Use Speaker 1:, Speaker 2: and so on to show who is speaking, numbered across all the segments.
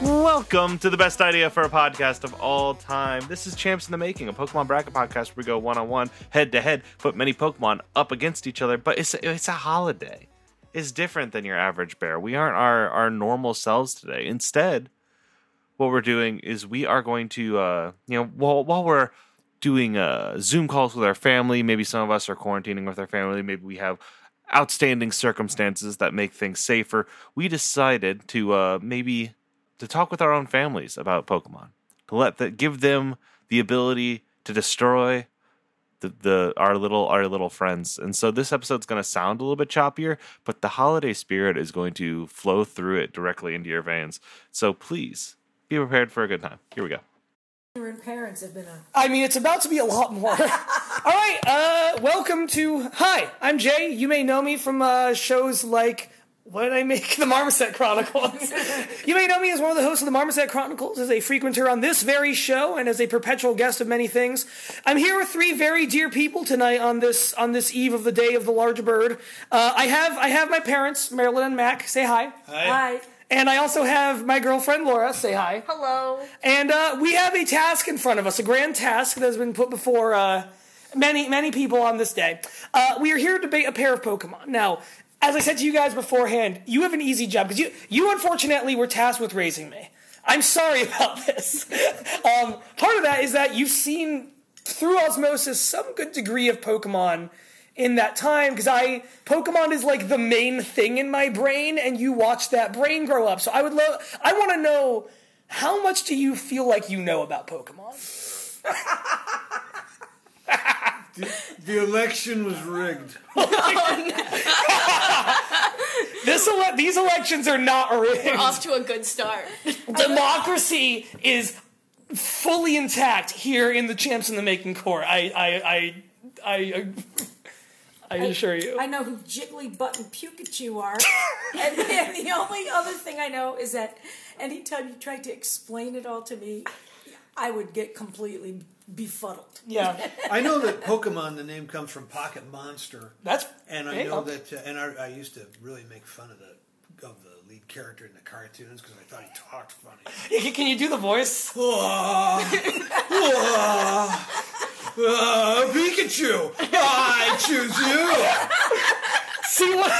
Speaker 1: Welcome to the best idea for a podcast of all time. This is Champs in the Making, a Pokemon bracket podcast where we go one on one, head to head, put many Pokemon up against each other. But it's it's a holiday. It's different than your average bear. We aren't our our normal selves today. Instead, what we're doing is we are going to uh, you know while while we're doing uh, Zoom calls with our family, maybe some of us are quarantining with our family, maybe we have outstanding circumstances that make things safer. We decided to uh, maybe to talk with our own families about Pokemon to let that give them the ability to destroy the, the our little our little friends. And so this episode's going to sound a little bit choppier, but the holiday spirit is going to flow through it directly into your veins. So please be prepared for a good time. Here we go.
Speaker 2: and parents have been on.
Speaker 3: I mean, it's about to be a lot more. All right, uh, welcome to. Hi, I'm Jay. You may know me from uh, shows like. What did I make? The Marmoset Chronicles. you may know me as one of the hosts of the Marmoset Chronicles, as a frequenter on this very show, and as a perpetual guest of many things. I'm here with three very dear people tonight on this on this eve of the day of the large bird. Uh, I have I have my parents, Marilyn and Mac. Say hi.
Speaker 2: Hi.
Speaker 3: And I also have my girlfriend Laura. Say hi.
Speaker 2: Hello.
Speaker 3: And uh, we have a task in front of us, a grand task that has been put before uh, many, many people on this day. Uh, we are here to debate a pair of Pokemon. Now, as I said to you guys beforehand, you have an easy job because you, you unfortunately were tasked with raising me. I'm sorry about this. um, part of that is that you've seen through osmosis some good degree of Pokemon in that time because I Pokemon is like the main thing in my brain, and you watch that brain grow up. So I would love, I want to know how much do you feel like you know about Pokemon?
Speaker 4: The election was rigged.
Speaker 3: This ele- these elections are not rigged.
Speaker 5: off to a good start.
Speaker 3: Democracy is fully intact here in the Champs in the Making Court. I I I I, I, I assure you.
Speaker 2: I know who Jiggly Butt and Pikachu are. and then the only other thing I know is that anytime you tried to explain it all to me, I would get completely befuddled.
Speaker 3: yeah,
Speaker 4: I know that Pokemon, the name comes from Pocket Monster,
Speaker 3: that's
Speaker 4: and
Speaker 3: there
Speaker 4: I
Speaker 3: you
Speaker 4: know
Speaker 3: go.
Speaker 4: that, uh, and I, I used to really make fun of the of the lead character in the cartoons because I thought he talked funny.
Speaker 3: Yeah, Can you do the voice?
Speaker 4: Ah. Uh, Ah. Pikachu, I choose you.
Speaker 3: See what?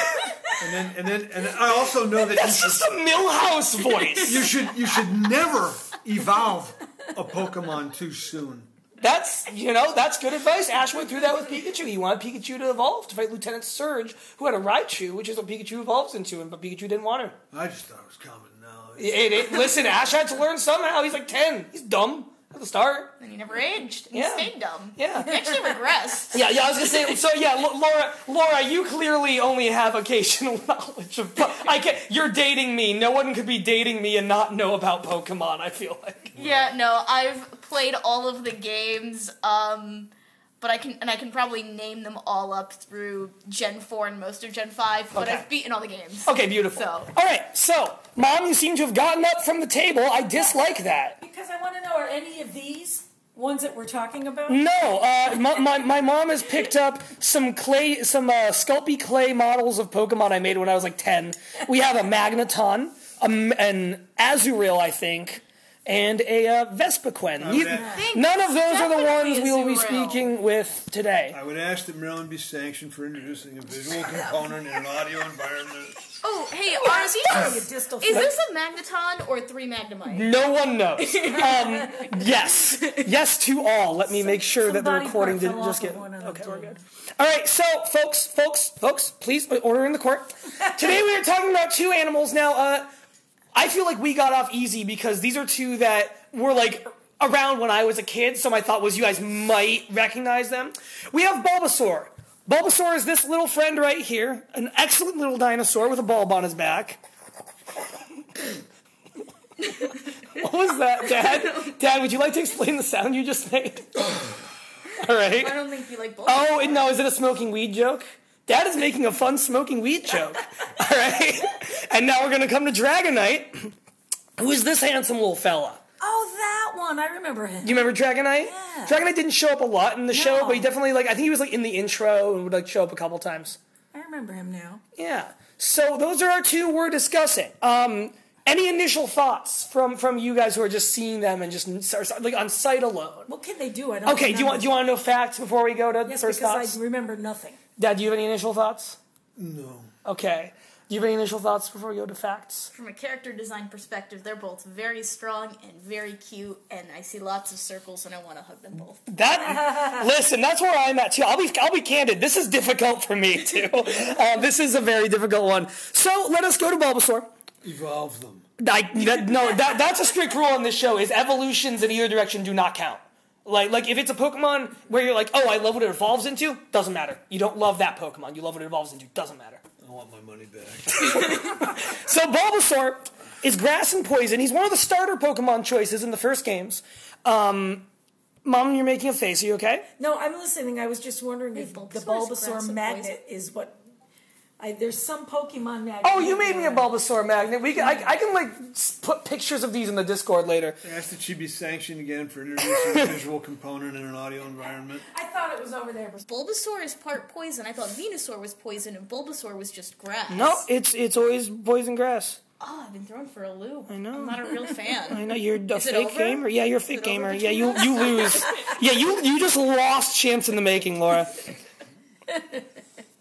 Speaker 4: And then, and then, and I also know that you
Speaker 3: That's
Speaker 4: should,
Speaker 3: just a Millhouse voice.
Speaker 4: you should you should never evolve a Pokemon too soon.
Speaker 3: That's you know that's good advice. Ash went through that with Pikachu. He wanted Pikachu to evolve to fight Lieutenant Surge, who had a Raichu, which is what Pikachu evolves into, and but Pikachu didn't want her.
Speaker 4: I just thought it was coming. Now,
Speaker 3: It, it- listen, Ash had to learn somehow. He's like ten. He's dumb at the start.
Speaker 5: And he never aged. He
Speaker 3: Yeah.
Speaker 5: stayed dumb.
Speaker 3: Yeah.
Speaker 5: He actually regressed.
Speaker 3: Yeah, yeah. I was gonna say. So yeah, Lo- Laura, Laura, you clearly only have occasional knowledge of. Po- I can You're dating me. No one could be dating me and not know about Pokemon. I feel like.
Speaker 5: yeah, no, I've played all of the games, um, but I can and I can probably name them all up through Gen 4 and most of Gen 5, but
Speaker 3: Okay.
Speaker 5: I've beaten all the games.
Speaker 3: Okay, beautiful.
Speaker 5: So.
Speaker 3: All right, so mom, you seem to have gotten up from the table. I dislike that.
Speaker 2: Because I want to know are any of these ones that we're talking about?
Speaker 3: No, uh, my, my, my mom has picked up some clay, some uh, Sculpey clay models of Pokemon I made when I was like ten. We have a Magneton, a M an Azurill, I think, and a uh, Vespiquen. Neith-
Speaker 4: that-
Speaker 5: Thank
Speaker 3: None of those are the
Speaker 5: definitely
Speaker 3: ones we will be
Speaker 5: Azurill.
Speaker 3: speaking with today.
Speaker 4: I would ask that Maryland be sanctioned for introducing a visual component in an audio environment.
Speaker 5: Oh, hey, are
Speaker 2: You
Speaker 5: these,
Speaker 2: distal
Speaker 5: is this a Magneton or three Magnemite?
Speaker 3: No one knows. Um, yes, yes to all. Let me make sure that the
Speaker 2: Somebody
Speaker 3: recording
Speaker 2: fell
Speaker 3: didn't
Speaker 2: off
Speaker 3: just
Speaker 2: of
Speaker 3: get.
Speaker 2: one of
Speaker 3: Okay,
Speaker 2: them.
Speaker 3: we're good. All right, so folks, folks, folks, please uh, order in the court. Today we are talking about two animals. Now, uh, I feel like we got off easy because these are two that were like around when I was a kid. So my thought was you guys might recognize them. We have Bulbasaur. Bulbasaur is this little friend right here, an excellent little dinosaur with a bulb on his back. what was that, Dad? Dad, would you like to explain the sound you just made? All right.
Speaker 5: I don't think you like both.
Speaker 3: Oh, and no, is it a smoking weed joke? Dad is making a fun smoking weed joke. All right. And now we're going to come to Dragonite, who is this handsome little fella.
Speaker 2: Oh, that one. I remember him.
Speaker 3: You remember Dragonite?
Speaker 2: Yeah.
Speaker 3: Dragonite didn't show up a lot in the show,
Speaker 2: No.
Speaker 3: but he definitely, like, I think he was, like, in the intro and would, like, show up a couple times.
Speaker 2: I remember him now.
Speaker 3: Yeah. So those are our two we're discussing. Um, Any initial thoughts from from you guys who are just seeing them and just like on sight alone?
Speaker 2: What can they do? I don't
Speaker 3: Okay, do you want do you want to know facts before we go to
Speaker 2: Yes,
Speaker 3: first
Speaker 2: because
Speaker 3: thoughts?
Speaker 2: I remember nothing.
Speaker 3: Dad, do you have any initial thoughts?
Speaker 4: No.
Speaker 3: Okay. Do you have any initial thoughts before we go to facts?
Speaker 5: From a character design perspective, they're both very strong and very cute, and I see lots of circles, and I want to hug them both.
Speaker 3: That listen, that's where I'm at too. I'll be I'll be candid. This is difficult for me too. Uh, this is a very difficult one. So let us go to Bulbasaur.
Speaker 4: Evolve them.
Speaker 3: I, that, no, that, that's a strict rule on this show is evolutions in either direction do not count. Like, like if it's a Pokemon where you're like, oh, I love what it evolves into, doesn't matter. You don't love that Pokemon. You love what it evolves into, doesn't matter.
Speaker 4: I want my money back.
Speaker 3: So Bulbasaur is grass and poison. He's one of the starter Pokemon choices in the first games. Um, Mom, you're making a face. Are you okay?
Speaker 2: No, I'm listening. I was just wondering if the
Speaker 5: Bulbasaur's grass
Speaker 2: Bulbasaur
Speaker 5: and
Speaker 2: magnet is what. I, there's some Pokemon magnet.
Speaker 3: Oh, you made me a
Speaker 2: there.
Speaker 3: Bulbasaur magnet. We can, I, I can like s- put pictures of these in the Discord later.
Speaker 4: Asked that she be sanctioned again for introducing a visual component in an audio environment.
Speaker 2: I thought it was over there. but-
Speaker 5: Bulbasaur is part poison. I thought Venusaur was poison, and Bulbasaur was just grass.
Speaker 3: No, it's it's always poison grass.
Speaker 5: Oh, I've been thrown for a loop. I
Speaker 3: know.
Speaker 5: I'm not a real
Speaker 3: I
Speaker 5: fan.
Speaker 3: know you're a
Speaker 5: Is it
Speaker 3: fake
Speaker 5: over?
Speaker 3: gamer. Yeah, you're a
Speaker 5: Is
Speaker 3: fake
Speaker 5: it over
Speaker 3: gamer.
Speaker 5: between
Speaker 3: Yeah, you
Speaker 5: us?
Speaker 3: you lose. yeah, you you just lost chance in the making, Laura.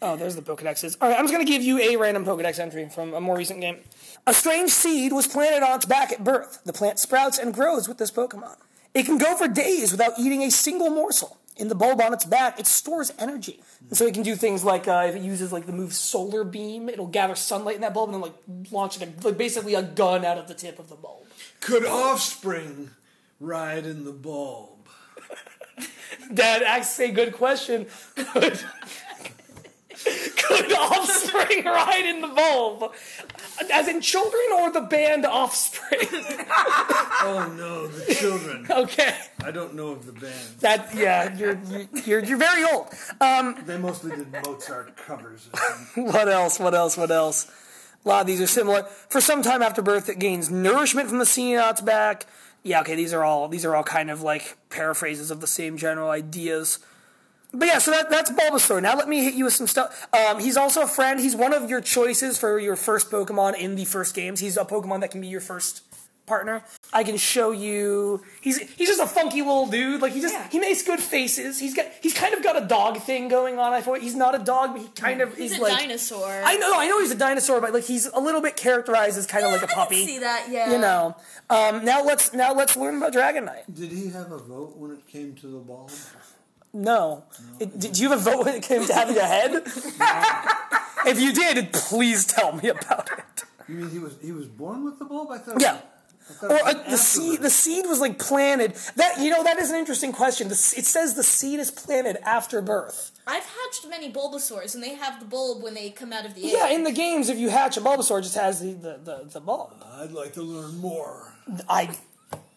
Speaker 3: Oh, there's the Pokedexes. All right, I'm just going to give you a random Pokedex entry from a more recent game. A strange seed was planted on its back at birth. The plant sprouts and grows with this Pokemon. It can go for days without eating a single morsel. In the bulb on its back, it stores energy. And so it can do things like uh, if it uses like the move Solar Beam, it'll gather sunlight in that bulb and then like launch it, like, basically a gun out of the tip of the bulb.
Speaker 4: Could offspring ride in the bulb?
Speaker 3: Dad asks a good question. Could, could offspring ride in the bulb? As in children or the band offspring?
Speaker 4: Oh no, the children.
Speaker 3: Okay.
Speaker 4: I don't know of the band.
Speaker 3: That yeah, you're you're you're very old. Um
Speaker 4: They mostly did Mozart covers. I think.
Speaker 3: what else? What else? What else? A lot of these are similar. For some time after birth it gains nourishment from the seed on its back. Yeah, okay, these are all these are all kind of like paraphrases of the same general ideas. But yeah, so that, that's Bulbasaur. Now let me hit you with some stuff. Um, he's also a friend. He's one of your choices for your first Pokemon in the first games. He's a Pokemon that can be your first partner. I can show you. He's he's just a funky little dude. Like he just
Speaker 2: Yeah.
Speaker 3: he makes good faces. He's got he's kind of got a dog thing going on. I thought he's not a dog, but he kind of
Speaker 5: He's
Speaker 3: is
Speaker 5: a
Speaker 3: like.
Speaker 5: dinosaur.
Speaker 3: I know I know he's a dinosaur, but like he's a little bit characterized as kind of like a
Speaker 5: I can
Speaker 3: puppy.
Speaker 5: see that, yeah.
Speaker 3: You know. Um, now let's now let's learn about Dragonite.
Speaker 4: Did he have a vote when it came to the bulb?
Speaker 3: No. It- did you have a vote when it came to having a head? if you did, please tell me about it.
Speaker 4: You mean he was he was born with the bulb? I thought.
Speaker 3: Yeah.
Speaker 4: I thought
Speaker 3: Or
Speaker 4: it was
Speaker 3: uh, the seed, the
Speaker 4: afterwards.
Speaker 3: seed was like planted. That you know, that is an interesting question. The, s- it says the seed is planted after birth.
Speaker 5: I've hatched many Bulbasaurs, and they have the bulb when they come out of the egg.
Speaker 3: Yeah, in the games, if you hatch a Bulbasaur, it just has the the the, the bulb.
Speaker 4: I'd like to learn more.
Speaker 3: I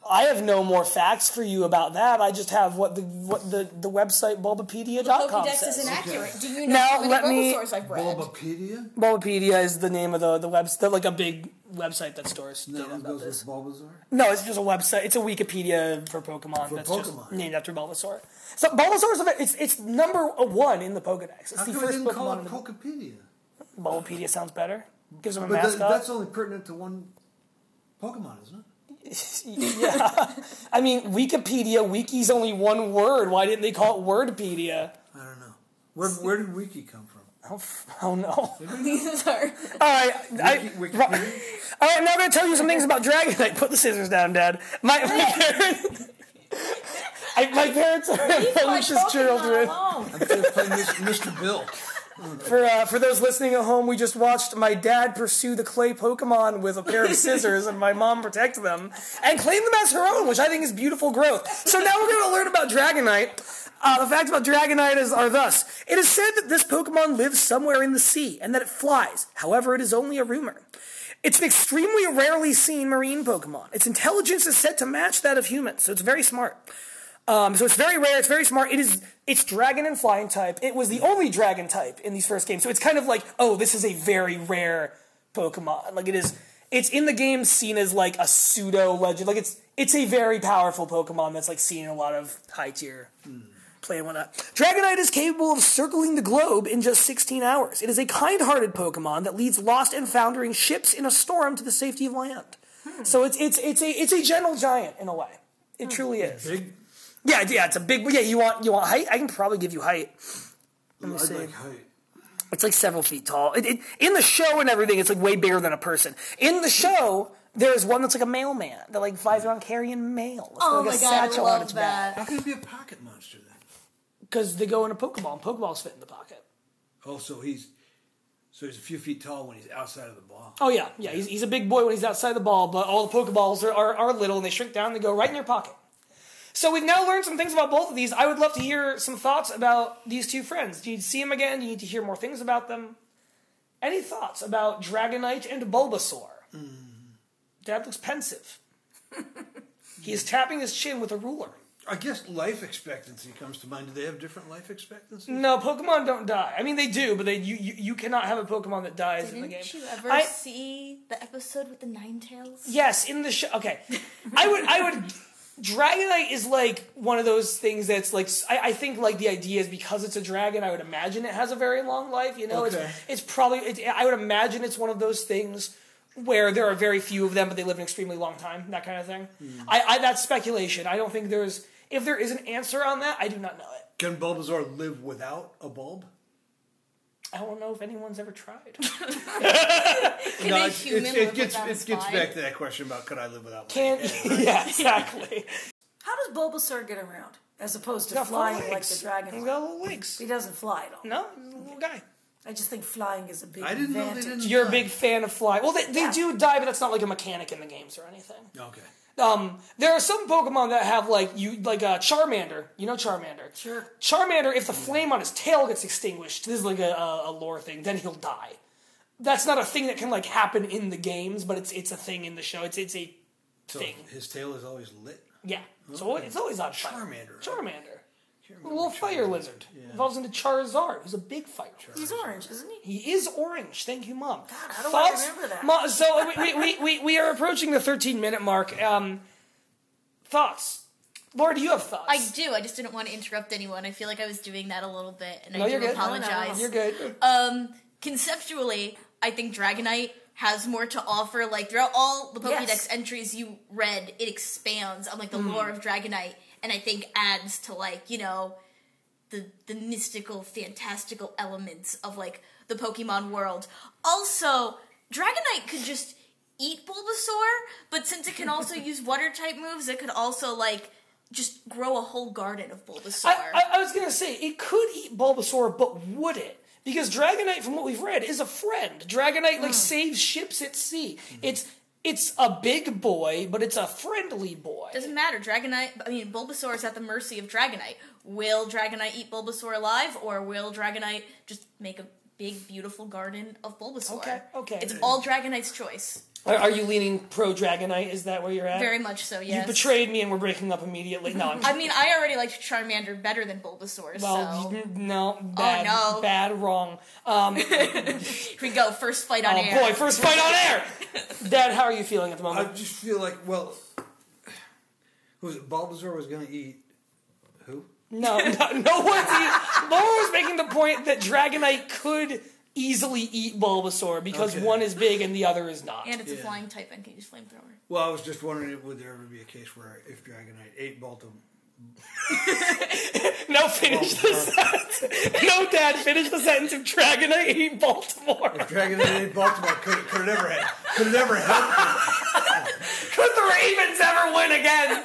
Speaker 3: I have no more facts for you about that. I just have what the what the, the website bulbapedia.com
Speaker 5: Pokedex is
Speaker 3: says.
Speaker 5: inaccurate. Do you know
Speaker 3: Now,
Speaker 5: how many
Speaker 3: let me-
Speaker 5: Bulbasaurs I've bred?
Speaker 4: Bulbapedia?
Speaker 3: Bulbapedia is the name of the the website, like a big website that stores
Speaker 4: And
Speaker 3: data
Speaker 4: that one
Speaker 3: about
Speaker 4: goes
Speaker 3: this.
Speaker 4: with Bulbasaur.
Speaker 3: No, it's just a website. It's a Wikipedia for Pokemon.
Speaker 4: For
Speaker 3: that's just
Speaker 4: Pokemon.
Speaker 3: named after Bulbasaur. So Bulbasaur's a, it's it's number one in the Pokedex. It's
Speaker 4: How
Speaker 3: the
Speaker 4: come we
Speaker 3: first
Speaker 4: didn't call
Speaker 3: Pokemon.
Speaker 4: it
Speaker 3: in the-
Speaker 4: Pokepedia?
Speaker 3: Bulbapedia sounds better. Gives them a
Speaker 4: But that,
Speaker 3: mascot.
Speaker 4: that's only pertinent to one Pokemon, isn't it?
Speaker 3: yeah. I mean, Wikipedia, wiki's only one word. Why didn't they call it Wordpedia?
Speaker 4: I don't know. Where, where did Wiki come from?
Speaker 3: Oh, oh no.
Speaker 5: These are
Speaker 3: All right, I,
Speaker 4: Wiki- Wiki-
Speaker 3: Ro- all right. Now I'm going to tell you some things about Dragonite. Put the scissors down, Dad. My, my parents. I, my parents are
Speaker 2: My
Speaker 3: malicious
Speaker 2: Pokemon
Speaker 3: children.
Speaker 2: alone.
Speaker 4: I'm sure playing Mr. Bill.
Speaker 3: For uh, for those listening at home, we just watched my dad pursue the clay Pokemon with a pair of scissors, and my mom protect them and claim them as her own, which I think is beautiful growth. So now we're going to learn about Dragonite. Uh, the facts about Dragonite is, are thus: It is said that this Pokemon lives somewhere in the sea and that it flies. However, it is only a rumor. It's an extremely rarely seen marine Pokemon. Its intelligence is said to match that of humans, so it's very smart. Um, so it's very rare. It's very smart. It is. It's dragon and flying type. It was the only dragon type in these first games. So it's kind of like, oh, this is a very rare Pokemon. Like it is. It's in the game seen as like a pseudo legend. Like it's it's a very powerful Pokemon that's like seen in a lot of high tier play and whatnot. Dragonite is capable of circling the globe in just 16 hours. It is a kind-hearted Pokemon that leads lost and foundering ships in a storm to the safety of land.
Speaker 5: Hmm.
Speaker 3: So it's it's it's a it's a gentle giant in a way. It truly is.
Speaker 4: Big,
Speaker 3: Yeah, it's- yeah, it's a big. Yeah, you want you want height? I can probably give you height.
Speaker 4: I'd
Speaker 3: see.
Speaker 4: like height.
Speaker 3: It's like several feet tall. It, it, in the show and everything, it's like way bigger than a person. In the show, there is one that's like a mailman that like flies around carrying mail. It's
Speaker 5: Hmm. Oh
Speaker 3: got,
Speaker 5: my
Speaker 3: like a
Speaker 5: god, I
Speaker 3: satchel on its
Speaker 5: love
Speaker 3: back.
Speaker 5: that.
Speaker 4: How can it be a pocket monster then?
Speaker 3: Because they go in a Pokeball, and Pokeballs fit in the pocket.
Speaker 4: Also, Oh, he's so he's a few feet tall when he's outside of the ball.
Speaker 3: Oh yeah, yeah. He's, he's a big boy when he's outside the ball, but all the Pokeballs are, are, are little and they shrink down. and They go right in your pocket. So we've now learned some things about both of these. I would love to hear some thoughts about these two friends. Do you see them again? Do you need to hear more things about them? Any thoughts about Dragonite and Bulbasaur? Mm. Dad looks pensive. he is tapping his chin with a ruler.
Speaker 4: I guess life expectancy comes to mind. Do they have different life expectancies?
Speaker 3: No, Pokemon don't die. I mean, they do, but they you you, you cannot have a Pokemon that dies in the game.
Speaker 5: Didn't you ever
Speaker 3: I-
Speaker 5: see the episode with the Nine Tails?
Speaker 3: Yes, in the show. Okay, I would. I would. Dragonite is like one of those things that's like I, I think like the idea is because it's a dragon. I would imagine it has a very long life. You know,
Speaker 4: Okay.
Speaker 3: it's it's probably it's, I would imagine it's one of those things where there are very few of them, but they live an extremely long time. That kind of thing. I, I that's speculation. I don't think there's if there is an answer on that. I do not know it.
Speaker 4: Can Bulbasaur live without a bulb?
Speaker 3: I don't know if anyone's ever tried.
Speaker 5: Can
Speaker 4: No,
Speaker 5: a
Speaker 4: it's-
Speaker 5: human
Speaker 4: it's-
Speaker 5: live
Speaker 4: it gets
Speaker 5: without a
Speaker 4: it gets
Speaker 5: spine?
Speaker 4: back to that question about could I live without?
Speaker 3: Can
Speaker 4: legs?
Speaker 3: yeah, exactly.
Speaker 2: How does Bulbasaur get around as opposed to
Speaker 3: Got four
Speaker 2: flying like the
Speaker 3: legs. He's
Speaker 2: dragon?
Speaker 3: got little legs.
Speaker 2: He doesn't fly at all.
Speaker 3: No, he's a little guy.
Speaker 2: I just think flying is a big
Speaker 4: I didn't know they
Speaker 2: advantage.
Speaker 4: didn't.
Speaker 3: You're a
Speaker 4: die.
Speaker 3: big fan of flying. Well, they, they
Speaker 2: Yeah.
Speaker 3: do die, but that's not like a mechanic in the games or anything.
Speaker 4: Okay.
Speaker 3: Um, there are some Pokemon that have like you like uh, Charmander. You know Charmander.
Speaker 2: Sure.
Speaker 3: Charmander, if the flame on his tail gets extinguished, this is like a, a, a lore thing. Then he'll die. That's not a thing that can like happen in the games, but it's it's a thing in the show. It's it's a
Speaker 4: So
Speaker 3: Thing.
Speaker 4: his tail is always lit.
Speaker 3: yeah. So it's always on fire.
Speaker 4: Charmander.
Speaker 3: Charmander.
Speaker 4: Can't
Speaker 3: A
Speaker 4: remember
Speaker 3: little
Speaker 4: which
Speaker 3: fire
Speaker 4: one.
Speaker 3: lizard evolves into Charizard, who's a big fire. lizard.
Speaker 2: He's orange, isn't he?
Speaker 3: He is orange. Thank you, mom. God,
Speaker 2: how do I remember that?
Speaker 3: so uh, we, we, we, we, we are approaching the 13 minute mark. Um, thoughts, Laura? Do you have thoughts?
Speaker 5: I do. I just didn't want to interrupt anyone. I feel like I was doing that a little bit, and
Speaker 3: no,
Speaker 5: I
Speaker 3: you're
Speaker 5: do
Speaker 3: good.
Speaker 5: apologize.
Speaker 3: You're good.
Speaker 5: Um, conceptually, I think Dragonite has more to offer. Like throughout all the Pokédex
Speaker 2: Yes.
Speaker 5: entries you read, it expands on like
Speaker 3: Hmm.
Speaker 5: the lore of Dragonite, and I think adds to like you know the the mystical, fantastical elements of like the Pokemon world. Also, Dragonite could just eat Bulbasaur, but since it can also use water type moves, it could also like just grow a whole garden of Bulbasaur.
Speaker 3: I, I, I was gonna say it could eat Bulbasaur, but would it? Because Dragonite, from what we've read, is a friend. Dragonite
Speaker 2: Hmm.
Speaker 3: like saves ships at sea. It's it's a big boy, but it's a friendly boy.
Speaker 5: Doesn't matter. Dragonite. I mean, Bulbasaur is at the mercy of Dragonite. Will Dragonite eat Bulbasaur alive, or will Dragonite just make a big, beautiful garden of Bulbasaur?
Speaker 3: Okay, okay.
Speaker 5: It's all Dragonite's choice.
Speaker 3: Are, are you leaning pro Dragonite? Is that where you're at?
Speaker 5: Very much so.
Speaker 3: You
Speaker 5: Yes.
Speaker 3: betrayed me, and we're breaking up immediately. No, I'm
Speaker 5: I mean, I already liked Charmander better than Bulbasaur.
Speaker 3: Well,
Speaker 5: so Oh,
Speaker 3: no, bad,
Speaker 5: no.
Speaker 3: bad, wrong. Um,
Speaker 5: here we go. First fight on
Speaker 3: oh
Speaker 5: air.
Speaker 3: boy, first fight on air. Dad, how are you feeling at the
Speaker 4: I
Speaker 3: moment?
Speaker 4: just feel like well, who was it? Bulbasaur was going to eat who?
Speaker 3: no, no, no one's. Eat- Laura was making the point that Dragonite could easily eat Bulbasaur because
Speaker 4: Okay.
Speaker 3: one is big and the other is not.
Speaker 5: And it's
Speaker 4: Yeah.
Speaker 5: a flying type and can use flamethrower.
Speaker 4: Well, I was just wondering, if- would there ever be a case where if Dragonite ate Baltimore?
Speaker 3: no, finish the sentence. No, Dad, finish the sentence. If Dragonite ate Baltimore,
Speaker 4: Dragonite ate Baltimore. Could, could it ever happen? Could it ever happen?
Speaker 3: could the Ravens ever win again?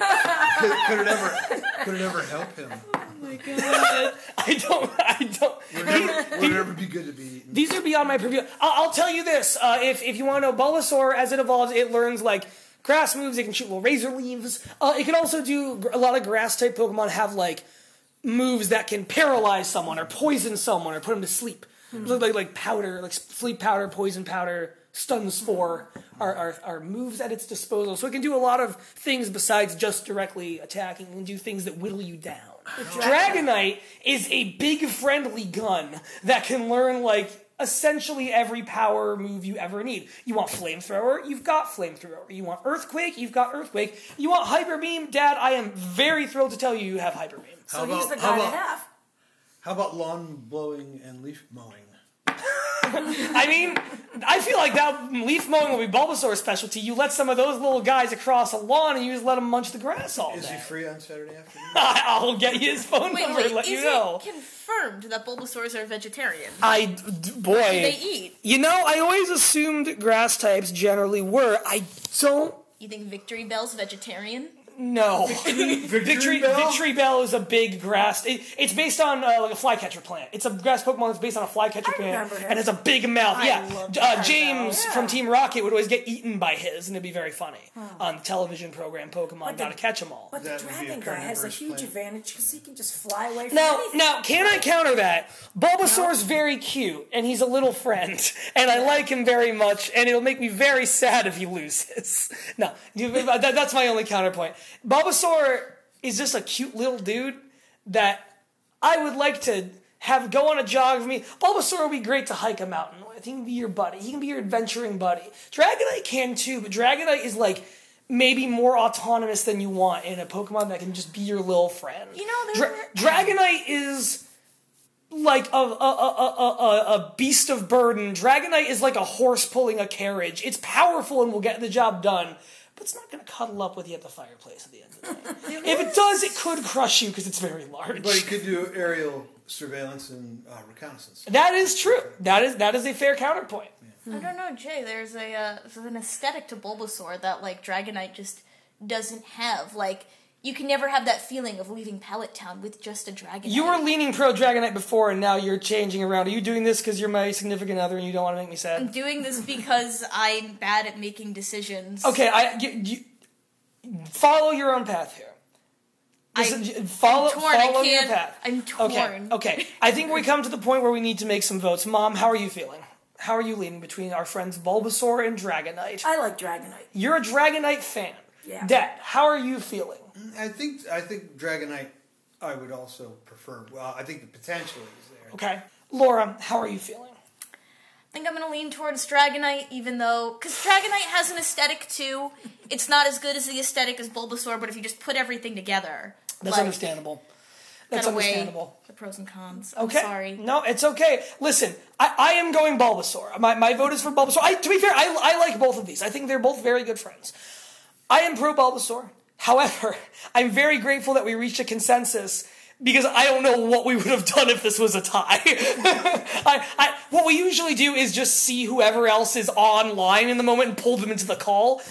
Speaker 4: Could, could it ever? Could it ever help him?
Speaker 3: I don't. I don't.
Speaker 4: Would it ever, would it ever be good to be eaten?
Speaker 3: These are beyond my purview. I'll, I'll tell you this: uh, if if you want to know, Bulbasaur as it evolves, it learns like grass moves. It can shoot little razor leaves. Uh, it can also do gr- a lot of grass type Pokemon have like moves that can paralyze someone or poison someone or put them to sleep.
Speaker 6: Hmm.
Speaker 3: Like, like like powder, like sleep powder, poison powder, stun spore are, are are moves at its disposal. So it can do a lot of things besides just directly attacking. It can do things that whittle you down. Dragonite is a big friendly gun that can learn like essentially every power move you ever need. You want flamethrower, you've got flamethrower. You want earthquake, you've got earthquake. You want hyper beam, Dad. I am very thrilled to tell you you have hyper beam.
Speaker 2: So he's the
Speaker 4: how
Speaker 2: guy to
Speaker 4: about,
Speaker 2: have.
Speaker 4: How about lawn blowing and leaf mowing?
Speaker 3: I mean, I feel like that leaf mowing will be Bulbasaur's specialty. You let some of those little guys across a lawn and you just let them munch the grass all
Speaker 4: Is he
Speaker 3: day.
Speaker 4: free on Saturday afternoon?
Speaker 3: I'll get you his phone
Speaker 5: Wait,
Speaker 3: number
Speaker 5: wait,
Speaker 3: and let
Speaker 5: is
Speaker 3: you
Speaker 5: it
Speaker 3: know.
Speaker 5: confirmed that Bulbasaurs are vegetarian?
Speaker 3: I d- boy.
Speaker 5: They eat.
Speaker 3: You know, I always assumed grass types generally were. I don't
Speaker 5: You think Victory Bell's vegetarian?
Speaker 3: know. Victory, Victory Bell?
Speaker 4: Bell?
Speaker 3: is a big grass. It, it's based on uh, like a flycatcher plant. It's a grass Pokemon that's based on a flycatcher
Speaker 2: I
Speaker 3: plant,
Speaker 2: remember him.
Speaker 3: and it's a big mouth.
Speaker 5: I
Speaker 3: yeah,
Speaker 5: love
Speaker 3: D-
Speaker 5: Victory
Speaker 3: uh,
Speaker 5: Bell.
Speaker 3: James
Speaker 2: Yeah.
Speaker 3: from Team Rocket would always get eaten by his, and it'd be very funny on the television program Pokemon
Speaker 2: But the-
Speaker 3: Gotta Catch 'Em All.
Speaker 2: But the
Speaker 4: That would be a
Speaker 2: dragon guy has a
Speaker 4: carnivorous
Speaker 2: huge
Speaker 4: plant.
Speaker 2: advantage because he can just fly away from
Speaker 3: Now,
Speaker 2: anything.
Speaker 3: now, can I counter that? Bulbasaur's very cute, and he's a little friend, and I like him very much, and it'll make me very sad if he loses. No, you- that, that's my only counterpoint. Bulbasaur is just a cute little dude that I would like to have go on a jog with me. Bulbasaur would be great to hike a mountain with. He can be your buddy. He can be your adventuring buddy. Dragonite can too, but Dragonite is like maybe more autonomous than you want in a Pokemon that can just be your little friend.
Speaker 5: You know, there
Speaker 3: Dra- Dragonite is like a, a, a, a, a, a beast of burden. Dragonite is like a horse pulling a carriage. It's powerful and will get the job done, but it's not going to cuddle up with you at the fireplace at the end of the day. if it does, it could crush you because it's very large.
Speaker 4: But he could do aerial surveillance and uh, reconnaissance.
Speaker 3: that is true. That is that is a fair counterpoint.
Speaker 5: I don't know, Jay. There's a uh, there's an aesthetic to Bulbasaur that like Dragonite just doesn't have. Like you can never have that feeling of leaving Pallet Town with just a Dragonite.
Speaker 3: You were leaning pro Dragonite before, and now you're changing around. Are you doing this because you're my significant other and you don't want to make me sad?
Speaker 5: doing this because I'm bad at making decisions.
Speaker 3: Okay, I you, you- follow your own path here. This
Speaker 5: I-
Speaker 3: is- follow
Speaker 5: torn. I
Speaker 3: follow your
Speaker 5: can't-
Speaker 3: path.
Speaker 5: I'm
Speaker 3: Okay,
Speaker 5: torn.
Speaker 3: okay. I think we come to the point where we need to make some votes. Mom, how are you feeling? How are you leaning between our friends Bulbasaur and Dragonite?
Speaker 2: I like Dragonite.
Speaker 3: You're a Dragonite fan.
Speaker 2: Yeah.
Speaker 3: Dad, how are you feeling?
Speaker 4: I think I think Dragonite. I would also prefer. Well, I think the potential is there.
Speaker 3: Okay. Laura, how are you feeling?
Speaker 5: I think I'm gonna lean towards Dragonite, even though because Dragonite has an aesthetic too. It's not as good as the aesthetic as Bulbasaur, but if you just put everything together,
Speaker 3: That's
Speaker 5: like,
Speaker 3: understandable. That's
Speaker 5: gotta weigh
Speaker 3: understandable.
Speaker 5: The pros and cons.
Speaker 3: Okay.
Speaker 5: I'm sorry.
Speaker 3: No, it's okay. Listen, I, I am going Bulbasaur. My, my vote is for Bulbasaur. I, to be fair, I, I like both of these. I think they're both very good friends. I am pro Bulbasaur. However, I'm very grateful that we reached a consensus because I don't know what we would have done if this was a tie. I, I, what we usually do is just see whoever else is online in the moment and pull them into the call.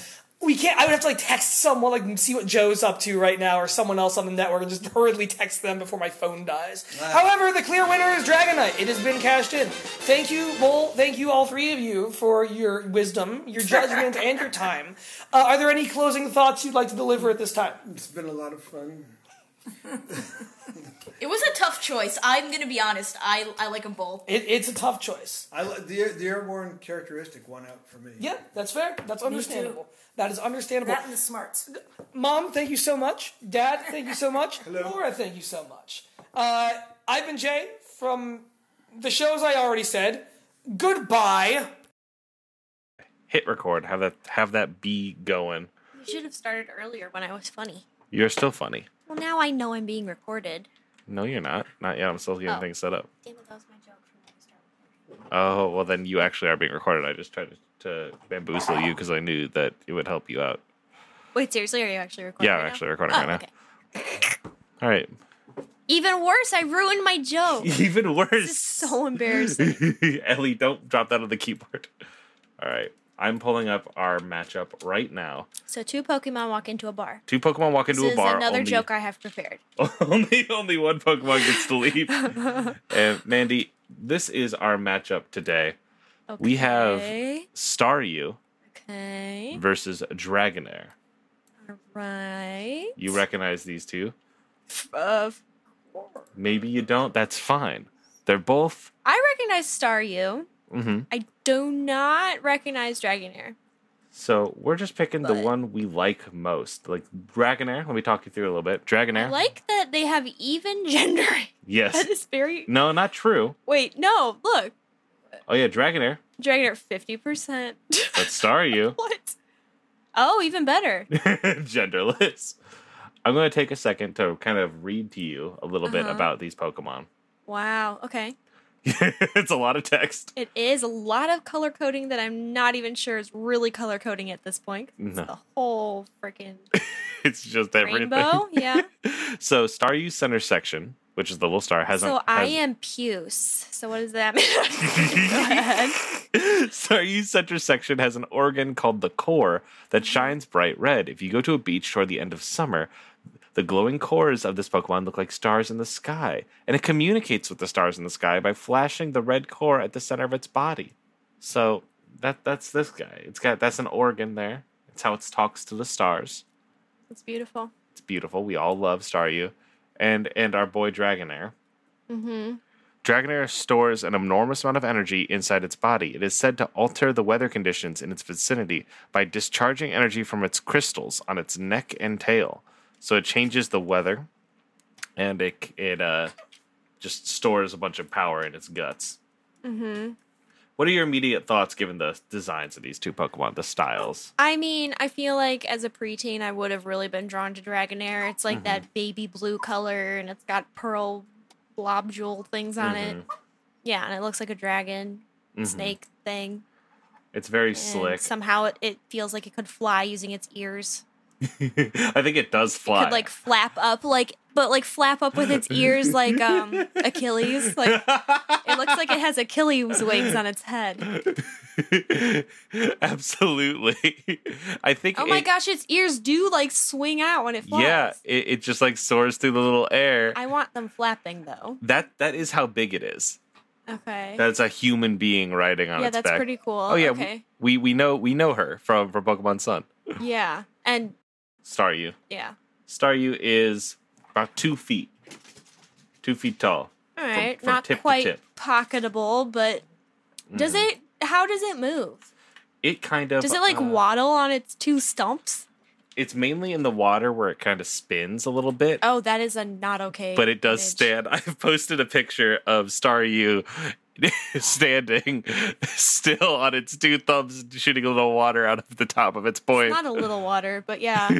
Speaker 3: We can't. I would have to like text someone, like see what Joe's up to right now, or someone else on the network, and just hurriedly text them before my phone dies. However, the clear winner is Dragonite. It has been cashed in. Thank you, Bull. Thank you, all three of you, for your wisdom, your judgment, and your time. Uh, are there any closing thoughts you'd like to deliver at this time?
Speaker 4: It's been a lot of fun.
Speaker 5: It was a tough choice. I'm gonna be honest. I I like them both.
Speaker 3: It, it's a tough choice.
Speaker 4: I li- the the airborne characteristic won out for me.
Speaker 3: Yeah, that's fair. That's understandable. That is understandable.
Speaker 2: That and the smarts.
Speaker 3: Mom, thank you so much. Dad, thank you so much.
Speaker 4: Hello.
Speaker 3: Laura, thank you so much. Uh, I've been Jay from the shows I already said. Goodbye.
Speaker 1: Hit record. Have that have that be going.
Speaker 7: You should have started earlier when I was funny.
Speaker 1: You're still funny.
Speaker 7: Well, now I know I'm being recorded.
Speaker 1: No, you're not. Not yet. I'm still getting
Speaker 7: Oh.
Speaker 1: things set up.
Speaker 7: Damn it, that was my joke from when I started.
Speaker 1: Oh well, then you actually are being recorded. I just tried to, to bamboozle you because I knew that it would help you out.
Speaker 7: Wait, seriously, are you actually recording?
Speaker 1: Yeah, I'm
Speaker 7: right now?
Speaker 1: actually recording
Speaker 7: Oh,
Speaker 1: right now.
Speaker 7: okay.
Speaker 1: All right.
Speaker 7: Even worse, I ruined my joke. this
Speaker 1: Even worse.
Speaker 7: is so embarrassing.
Speaker 1: Ellie, don't drop that on the keyboard. All right. I'm pulling up our matchup right now.
Speaker 7: so two Pokemon walk into a bar.
Speaker 1: Two Pokemon walk into
Speaker 7: This
Speaker 1: a
Speaker 7: is
Speaker 1: bar.
Speaker 7: another
Speaker 1: only,
Speaker 7: joke I have prepared.
Speaker 1: only only one Pokemon gets to leave. and Mandy, this is our matchup today.
Speaker 7: Okay.
Speaker 1: We have- Staryu
Speaker 7: Okay.
Speaker 1: versus Dragonair.
Speaker 7: Right. uh,
Speaker 1: You recognize these two?
Speaker 7: Of
Speaker 1: Maybe you don't. That's fine. They're both.
Speaker 7: I recognize Staryu.
Speaker 1: mhm.
Speaker 7: I do not recognize Dragonair.
Speaker 1: So we're just picking the
Speaker 7: But-
Speaker 1: one we like most. Like Dragonair. Let me talk you through a little bit. Dragonair.
Speaker 7: I like that they have even gender.
Speaker 1: yes.
Speaker 7: that is very
Speaker 1: No, not true.
Speaker 7: Wait, no, look.
Speaker 1: Oh yeah, Dragonair.
Speaker 7: Dragonair fifty percent.
Speaker 1: That's Star You.
Speaker 7: what? Oh, even better.
Speaker 1: Genderless. I'm going to take a second to kind of read to you a little
Speaker 7: Uh-huh.
Speaker 1: bit about these Pokemon.
Speaker 7: Wow. Okay.
Speaker 1: it's a lot of text.
Speaker 7: It is a lot of color coding that I'm not even sure is really color coding at this point. 'cause It's
Speaker 1: No.
Speaker 7: the whole freaking
Speaker 1: It's just everything.
Speaker 7: rainbow. Yeah.
Speaker 1: So Star You Center section, which is the little star, hasn't.
Speaker 7: So I
Speaker 1: has-
Speaker 7: am puce. So what does that mean? Go ahead.
Speaker 1: Star U Center section has an organ called the core that shines bright red. If you go to a beach toward the end of summer, the glowing cores of this Pokemon look like stars in the sky, and it communicates with the stars in the sky by flashing the red core at the center of its body. So that that's this guy. It's got that's an organ there. It's how it talks to the stars.
Speaker 7: It's beautiful.
Speaker 1: It's beautiful. We all love Staryu, and and our boy Dragonair.
Speaker 7: Mm-hmm.
Speaker 1: Dragonair stores an enormous amount of energy inside its body. It is said to alter the weather conditions in its vicinity by discharging energy from its crystals on its neck and tail. So it changes the weather, and it c- it uh, just stores a bunch of power in its guts.
Speaker 7: Mm-hmm.
Speaker 1: What are your immediate thoughts given the designs of these two Pokemon, the styles?
Speaker 7: I mean, I feel like as a preteen, I would have really been drawn to Dragonair. It's like
Speaker 1: Mm-hmm.
Speaker 7: that baby blue color, and it's got pearl blob jewel things on it.
Speaker 1: Mm-hmm.
Speaker 7: Yeah, and it looks like a dragon
Speaker 1: Mhm.
Speaker 7: snake thing.
Speaker 1: It's very
Speaker 7: and
Speaker 1: slick.
Speaker 7: Somehow it, it feels like it could fly using its ears.
Speaker 1: I think it does
Speaker 7: It
Speaker 1: fly.
Speaker 7: could like flap up, like but like flap up with its ears, like um Achilles. Like it looks like it has Achilles wings on its head.
Speaker 1: Absolutely. I think.
Speaker 7: Oh my
Speaker 1: it-
Speaker 7: gosh, its ears do like swing out when it flies.
Speaker 1: Yeah, it, it just like soars through the little air.
Speaker 7: I want them flapping though.
Speaker 1: that that is how big it is.
Speaker 7: Okay.
Speaker 1: That's a human being riding
Speaker 7: Eh.
Speaker 1: on
Speaker 7: yeah,
Speaker 1: its
Speaker 7: that's
Speaker 1: back.
Speaker 7: pretty cool.
Speaker 1: Oh yeah,
Speaker 7: Okay.
Speaker 1: we, we we know we know her from from Pokemon Sun.
Speaker 7: Yeah. And
Speaker 1: Staryu.
Speaker 7: yeah.
Speaker 1: Staryu is about two feet, two feet tall.
Speaker 7: All right.
Speaker 1: from
Speaker 7: Not
Speaker 1: tip to
Speaker 7: quite
Speaker 1: tip.
Speaker 7: pocketable, but does it how does it move?
Speaker 1: It kind of
Speaker 7: Does it like
Speaker 1: uh,
Speaker 7: waddle on its two stumps?
Speaker 1: It's mainly in the water where it kind of spins a little bit.
Speaker 7: Oh, that is a not okay.
Speaker 1: but it does
Speaker 7: image.
Speaker 1: stand. I've posted a picture of Staryu standing still on its two thumbs, shooting a little water out of the top of its point.
Speaker 7: Not a little water, but yeah.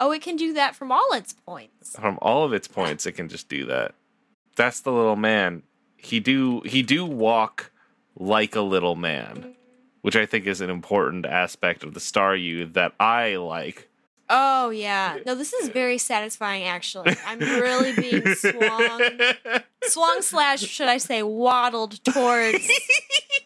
Speaker 7: oh, it can do that from all its points.
Speaker 1: From all of its points, it can just do that. That's the little man. He do he do walk like a little man, which I think is an important aspect of the Staryu that I like.
Speaker 7: Oh yeah. No, this is very satisfying actually. I'm really being swung swung slash should I say waddled towards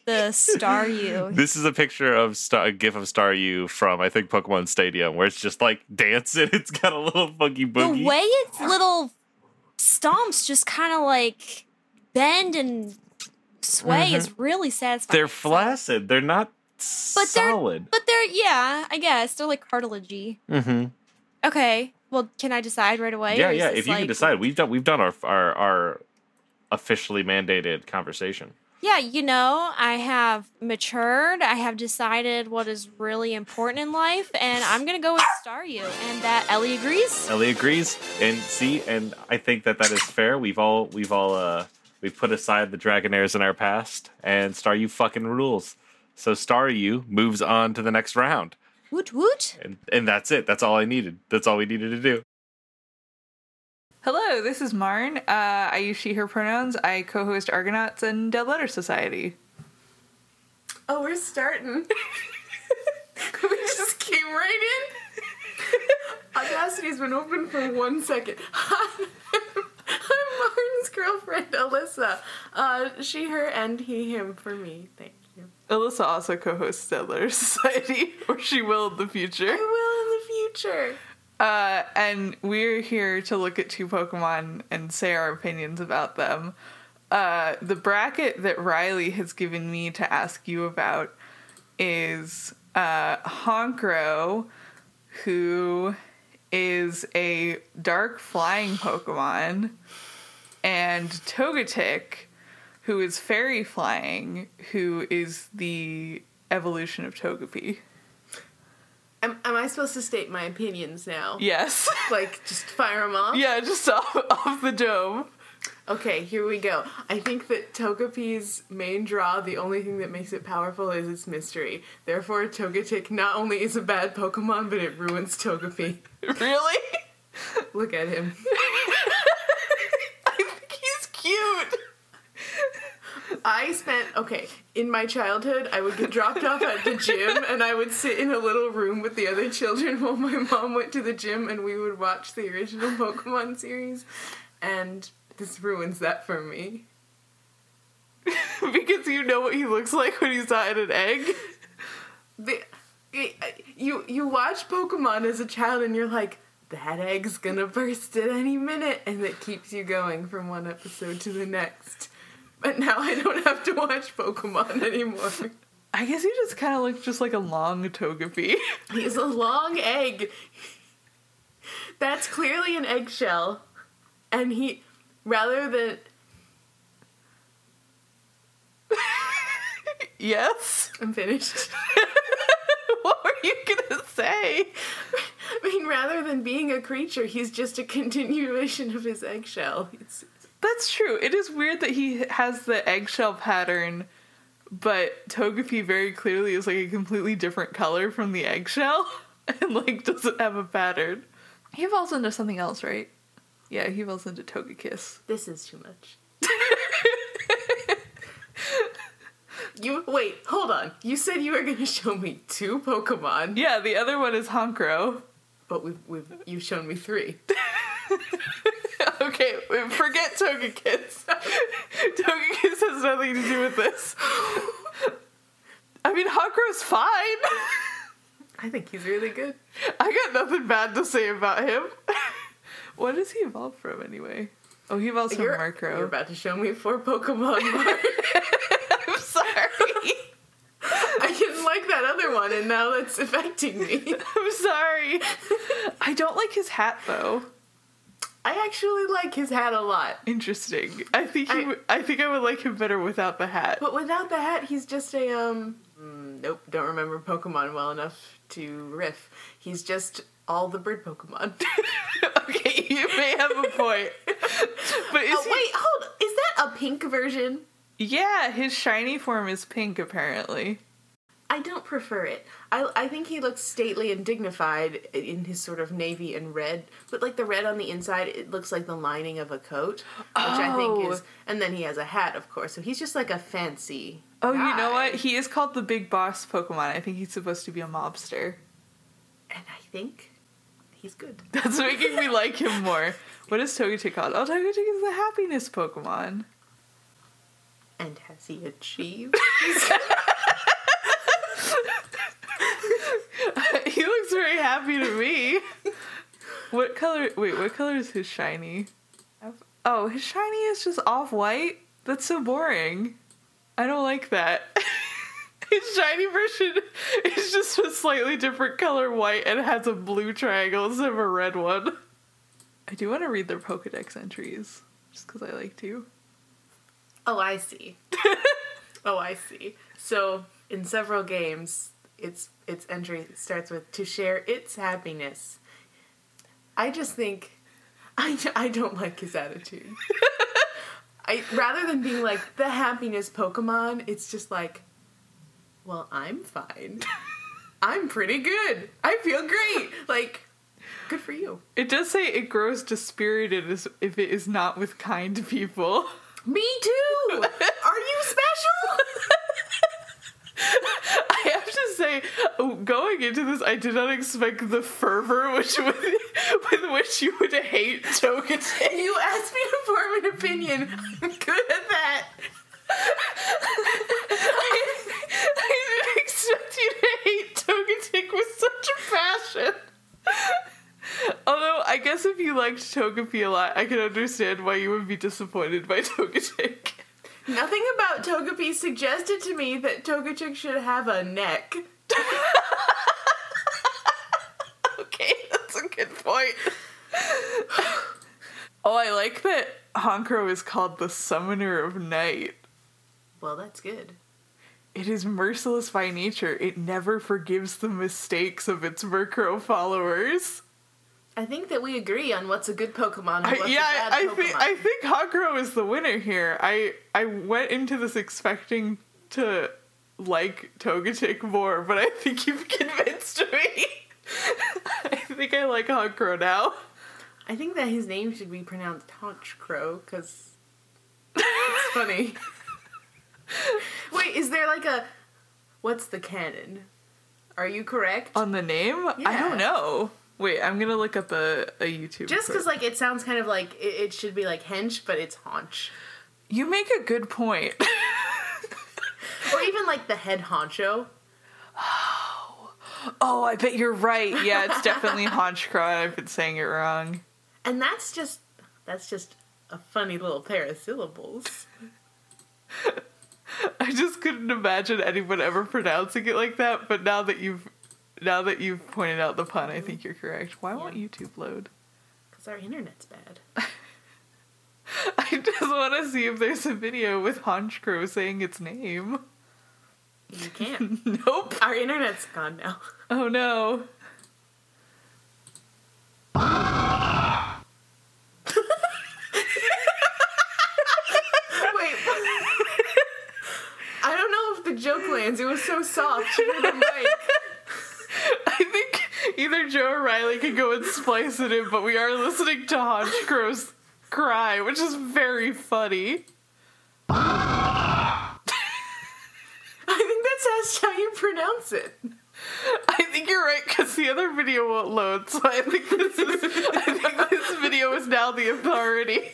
Speaker 7: the star you.
Speaker 1: This is a picture of Star, a gif of Staryu from I think Pokemon Stadium, where it's just like dancing. It's got a little boogie
Speaker 7: The
Speaker 1: boogie.
Speaker 7: way its little stomps just kind of like bend and sway is really satisfying.
Speaker 1: Mm-hmm. they're flaccid. They're not
Speaker 7: but they're
Speaker 1: solid.
Speaker 7: but they're yeah, I guess they're like cartilagey.
Speaker 1: mm-hmm.
Speaker 7: Okay. Well, can I decide right away?
Speaker 1: Yeah,
Speaker 7: or is
Speaker 1: yeah.
Speaker 7: this,
Speaker 1: If you can
Speaker 7: like-
Speaker 1: decide, we've done we've done our our our officially mandated conversation.
Speaker 7: Yeah, you know, I have matured. I have decided what is really important in life, and I'm gonna go with Star You, and that Ellie agrees.
Speaker 1: Ellie agrees, and see, and I think that that is fair. We've all we've all uh we've put aside the Dragonairs in our past, and Star You fucking rules. So Star You moves on to the next round,
Speaker 7: Woot woot.
Speaker 1: and and that's it. That's all I needed. That's all we needed to do.
Speaker 6: Hello, this is Marn. Uh, I use she, her pronouns. I co host Argonauts and Dead Letter Society.
Speaker 8: Oh, we're starting. we just came right in. Audacity's been open for one second. Hi, I'm Lauren's girlfriend, Alyssa. Uh, she, her, and he, him for me. Thank you.
Speaker 6: Alyssa also co hosts Dead Letter Society, or she will in the future.
Speaker 8: I will in the future.
Speaker 6: Uh, and we're here to look at two Pokemon and say our opinions about them. Uh, the bracket that Riley has given me to ask you about is uh, Honkrow, who is a dark flying Pokemon, and Togetic, who is fairy flying, who is the evolution of Togepi.
Speaker 8: Am, am I supposed to state my opinions now?
Speaker 6: Yes.
Speaker 8: Like, just fire them off?
Speaker 6: Yeah, just off, off the dome.
Speaker 8: Okay, here we go. I think that Togepi's main draw, the only thing that makes it powerful is its mystery. Therefore, Togetic not only is a bad Pokemon, but it ruins Togepi.
Speaker 6: Really?
Speaker 8: Look at him.
Speaker 6: I think he's cute.
Speaker 8: I spent okay in my childhood. I would get dropped off at the gym, and I would sit in a little room with the other children while my mom went to the gym, and we would watch the original Pokemon series. And this ruins that for me.
Speaker 6: because you know what he looks like when he's not in an egg.
Speaker 8: The, it- uh, you you watch Pokemon as a child, and you're like, that egg's gonna burst at any minute, and that keeps you going from one episode to the next. But now I don't have to watch Pokemon anymore.
Speaker 6: I guess he just kind of looks just like a long Togepi.
Speaker 8: He's a long egg. That's clearly an eggshell. And he, rather than,
Speaker 6: yes?
Speaker 8: I'm finished.
Speaker 6: what were you gonna say?
Speaker 8: I mean, rather than being a creature, he's just a continuation of his eggshell. It's,
Speaker 6: That's true. It is weird that he has the eggshell pattern, but Togepi very clearly is like a completely different color from the eggshell and like doesn't have a pattern. He falls into something else, right? Yeah, he falls into Togekiss.
Speaker 8: this is too much. you wait, hold on. You said you were going to show me two Pokemon,
Speaker 6: Yeah, the other one is Honkro.
Speaker 8: but we've, we've you've shown me three.
Speaker 6: Okay, forget Togekiss. Togekiss has nothing to do with this. I mean, Honkro's fine.
Speaker 8: I think he's really good.
Speaker 6: I got nothing bad to say about him. what does he evolve from anyway? Oh, he evolves from
Speaker 8: You're,
Speaker 6: Murkrow.
Speaker 8: you're about to show me four Pokemon.
Speaker 6: I'm sorry.
Speaker 8: I didn't like that other one, and now that's affecting me.
Speaker 6: I'm sorry. I don't like his hat though.
Speaker 8: I actually like his hat a lot.
Speaker 6: Interesting. I think he
Speaker 8: I-
Speaker 6: w- I think I would like him better without the hat.
Speaker 8: But without the hat, he's just a, um. mm, Nope, don't remember Pokemon well enough to riff. He's just all the bird Pokemon.
Speaker 6: okay, you may have a point. But is
Speaker 8: oh, wait, hold Is that a pink version?
Speaker 6: he? Yeah, his shiny form is pink apparently.
Speaker 8: I don't prefer it. I, I think he looks stately and dignified in his sort of navy and red, but like the red on the inside, it looks like the lining of a coat, which I think is. And then he has a hat, of course, so he's just like a fancy.
Speaker 6: Oh, you
Speaker 8: guy.
Speaker 6: know what? He is called the Big Boss Pokemon. I think he's supposed to be a mobster.
Speaker 8: And I think he's good.
Speaker 6: That's making me like him more. What is Togetic called? Oh, Togetic is the happiness Pokemon.
Speaker 8: And has he achieved?
Speaker 6: he looks very happy to me. What color? Wait, what color is his shiny? Oh, his shiny is just off white. That's so boring. I don't like that. his shiny version is just a slightly different color white and has a blue triangle instead of a red one. I do want to read their Pokedex entries just because I like to.
Speaker 8: oh, I see. oh, I see. So in several games, its its entry starts with to share its happiness. I just think I, I don't like his attitude. I rather than being like the happiness Pokemon, it's just like, well, I'm fine. I'm pretty good. I feel great. Like, good for you.
Speaker 6: It does say it grows dispirited as- if it is not with kind people.
Speaker 8: Me too. Are you special?
Speaker 6: I have to say, oh, going into this, I did not expect the fervor which with, with which you would hate Togetic.
Speaker 8: You asked me to form an opinion. I'm good at that.
Speaker 6: I, I didn't expect you to hate Togetic with such passion. Although, I guess if you liked Togepi a lot, I can understand why you would be disappointed by Togetic.
Speaker 8: Nothing about Togepi suggested to me that Togechick should have a neck.
Speaker 6: Okay, that's a good point. oh, I like that Honkro is called the Summoner of Night.
Speaker 8: Well, that's good.
Speaker 6: It is merciless by nature. It never forgives the mistakes of its Murkrow followers.
Speaker 8: I think that we agree on what's a good Pokemon and
Speaker 6: I-
Speaker 8: what's
Speaker 6: yeah,
Speaker 8: a bad
Speaker 6: I, I
Speaker 8: Pokemon.
Speaker 6: think I think Hakuro is the winner here. I I went into this expecting to like Togetic more, but I think you've convinced me. I think I like Hakuro now.
Speaker 8: I think that his name should be pronounced Honch Crow because it's funny. Wait, is there like a what's the canon? Are you correct?
Speaker 6: On the name, I
Speaker 8: Yeah.
Speaker 6: don't know. Wait, I'm gonna look up a, a YouTube.
Speaker 8: Just because
Speaker 6: clip.
Speaker 8: like it sounds kind of like it, it should be like hench, but it's haunch,
Speaker 6: you make a good point.
Speaker 8: or even like the head honcho.
Speaker 6: oh, I bet you're right. Yeah, it's definitely Honchkron. I've been saying it wrong.
Speaker 8: And that's just that's just a funny little pair of syllables.
Speaker 6: I just couldn't imagine anyone ever pronouncing it like that. But now that you've now that you've pointed out the pun, I think you're correct. Why won't YouTube load?
Speaker 8: Because our internet's bad.
Speaker 6: I just want to see if there's a video with Honchkrow saying its name.
Speaker 8: You can't.
Speaker 6: Nope.
Speaker 8: our internet's gone now.
Speaker 6: Oh no.
Speaker 8: Wait. I don't know if the joke lands. It was so soft. You know, the mic.
Speaker 6: I think either Joe or Riley can go and splice it in, but we are listening to Honchkrow's cry, which is very funny.
Speaker 8: I think that's how you pronounce it.
Speaker 6: I think you're right because the other video won't load, so I think this is I think this video is now the authority.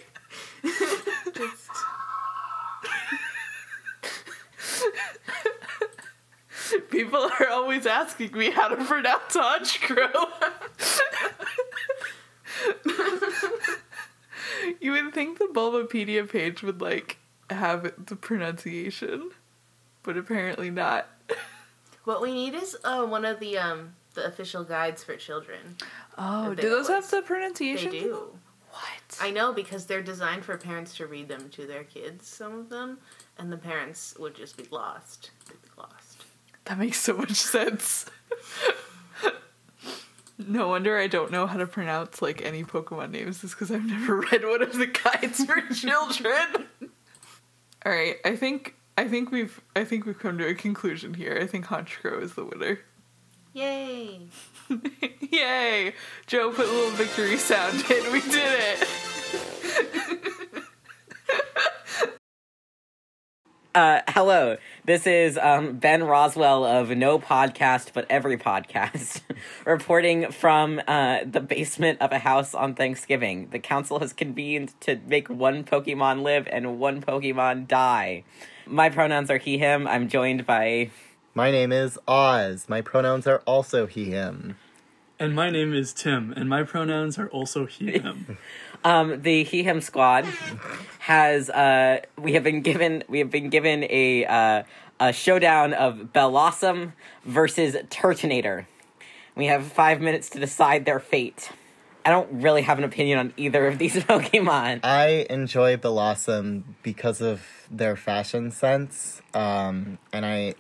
Speaker 6: People are always asking me how to pronounce Honchkrow. you would think the Bulbapedia page would like have the pronunciation, but apparently not.
Speaker 8: What we need is uh, one of the um the official guides for children.
Speaker 6: Oh,
Speaker 8: They
Speaker 6: do those
Speaker 8: always-
Speaker 6: have the
Speaker 8: They
Speaker 6: pronunciation?
Speaker 8: do.
Speaker 6: What?
Speaker 8: I know because they're designed for parents to read them to their kids. Some of them, and the parents would just be lost. They'd be lost.
Speaker 6: That makes so much sense. no wonder I don't know how to pronounce like any Pokemon names is because I've never read one of the guides for children. All right, I think I think we've I think we've come to a conclusion here. I think Honchkrow is the winner.
Speaker 8: Yay!
Speaker 6: Yay! Joe put a little victory sound in. We did it.
Speaker 9: Uh, hello, this is um, Ben Roswell of No Podcast But Every Podcast, reporting from uh, the basement of a house on Thanksgiving. The council has convened to make one Pokemon live and one Pokemon die. My pronouns are he, him. I'm joined by.
Speaker 10: My name is Oz. My pronouns are also he, him.
Speaker 11: And my name is Tim, and my pronouns are also he, him.
Speaker 9: Um, the he him squad has uh, we have been given we have been given a uh, a showdown of Bellossom versus Turtonator. We have five minutes to decide their fate. I don't really have an opinion on either of these Pokemon.
Speaker 10: I enjoy Blossom because of their fashion sense, um, and I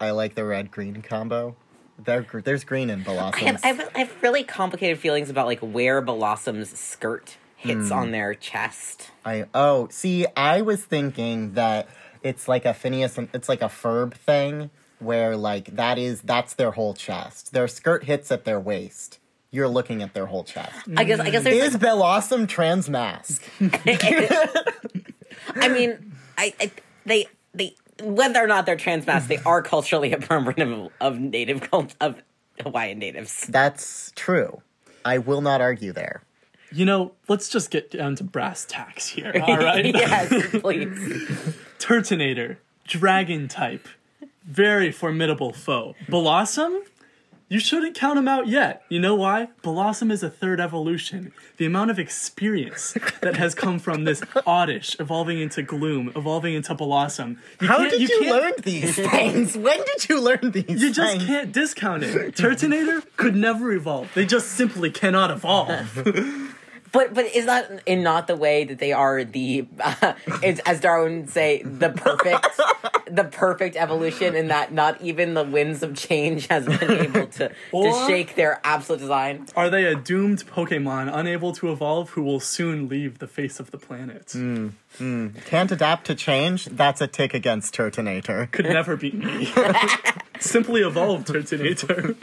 Speaker 10: I like the red green combo. There, there's green in
Speaker 9: I
Speaker 10: Blossom.
Speaker 9: have, I, have, I have really complicated feelings about like where Bellossom's skirt hits on their chest.
Speaker 10: I oh, see, I was thinking that it's like a Phineas and it's like a Ferb thing where like that is that's their whole chest. Their skirt hits at their waist. You're looking at their whole chest.
Speaker 9: I guess I guess there's
Speaker 10: Is Bellossom trans mask?
Speaker 9: I mean, I, I they they whether or not they're trans masks, they are culturally appropriative of native cult of Hawaiian natives.
Speaker 10: That's true. I will not argue there.
Speaker 11: You know, let's just get down to brass tacks here, all right?
Speaker 9: yes, please.
Speaker 11: Turtonator, dragon type, very formidable foe. Blossom, you shouldn't count him out yet. You know why? Blossom is a third evolution. The amount of experience that has come from this oddish evolving into gloom, evolving into Blossom. You
Speaker 10: How
Speaker 11: can't-
Speaker 10: did you,
Speaker 11: can't-
Speaker 10: learn these things? When did you learn these
Speaker 11: You just
Speaker 10: things?
Speaker 11: can't discount it. Turtonator could never evolve. They just simply cannot evolve.
Speaker 9: But but is that in not the way that they are the uh, it's as Darwin would say the perfect the perfect evolution in that not even the winds of change has been able to, to
Speaker 11: Or-
Speaker 9: shake their absolute design.
Speaker 11: Are they a doomed Pokemon unable to evolve who will soon leave the face of the planet?
Speaker 10: Hmm, Can't adapt to change? That's a tick against Turtonator.
Speaker 11: Could never beat me. Simply evolved Turtonator.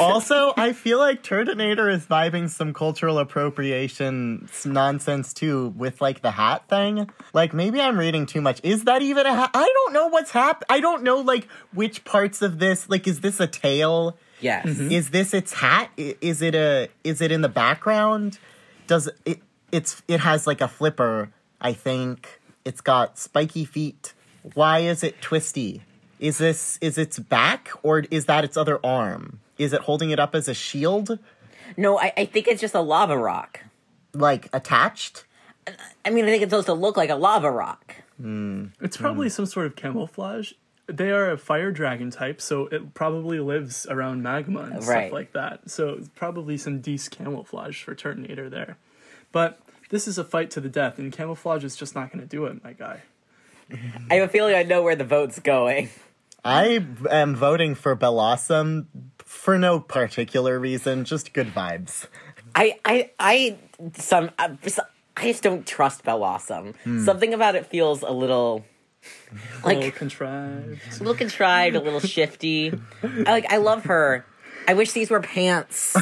Speaker 10: also, I feel like Turtonator is vibing some cultural appropriation s- nonsense too with like the hat thing. Like maybe I'm reading too much. Is that even a hat? I don't know what's hap I don't know like which parts of this. Like, is this a tail? Mm-hmm.
Speaker 9: Yes.
Speaker 10: Is this its hat? I- Is it a? Is it in the background? Does it? It's it has like a flipper. I think it's got spiky feet. Why is it twisty? Is this is its back or is that its other arm? Is it holding it up as a shield,
Speaker 9: No, I, I think it's just a lava rock.
Speaker 10: like attached?
Speaker 9: I mean, I think it's supposed to look like a lava rock.
Speaker 11: It's probably some sort of camouflage. They are a fire dragon type, so it probably lives around magma and
Speaker 9: Right.
Speaker 11: stuff like that. So it's probably some decent camouflage for Turtonator there. But this is a fight to the death, and camouflage is just not going to do it, my guy.
Speaker 9: I have a feeling I know where the vote's going.
Speaker 10: I am voting for Bellossom for no particular reason, just good vibes.
Speaker 9: I, I, I, some, I just- Um, uh, I just don't trust Bellossom. Something about it feels a little,
Speaker 11: Hmm. A little
Speaker 9: like,
Speaker 11: contrived.
Speaker 9: a little contrived, a little shifty. I, like, I love her. I wish these were pants.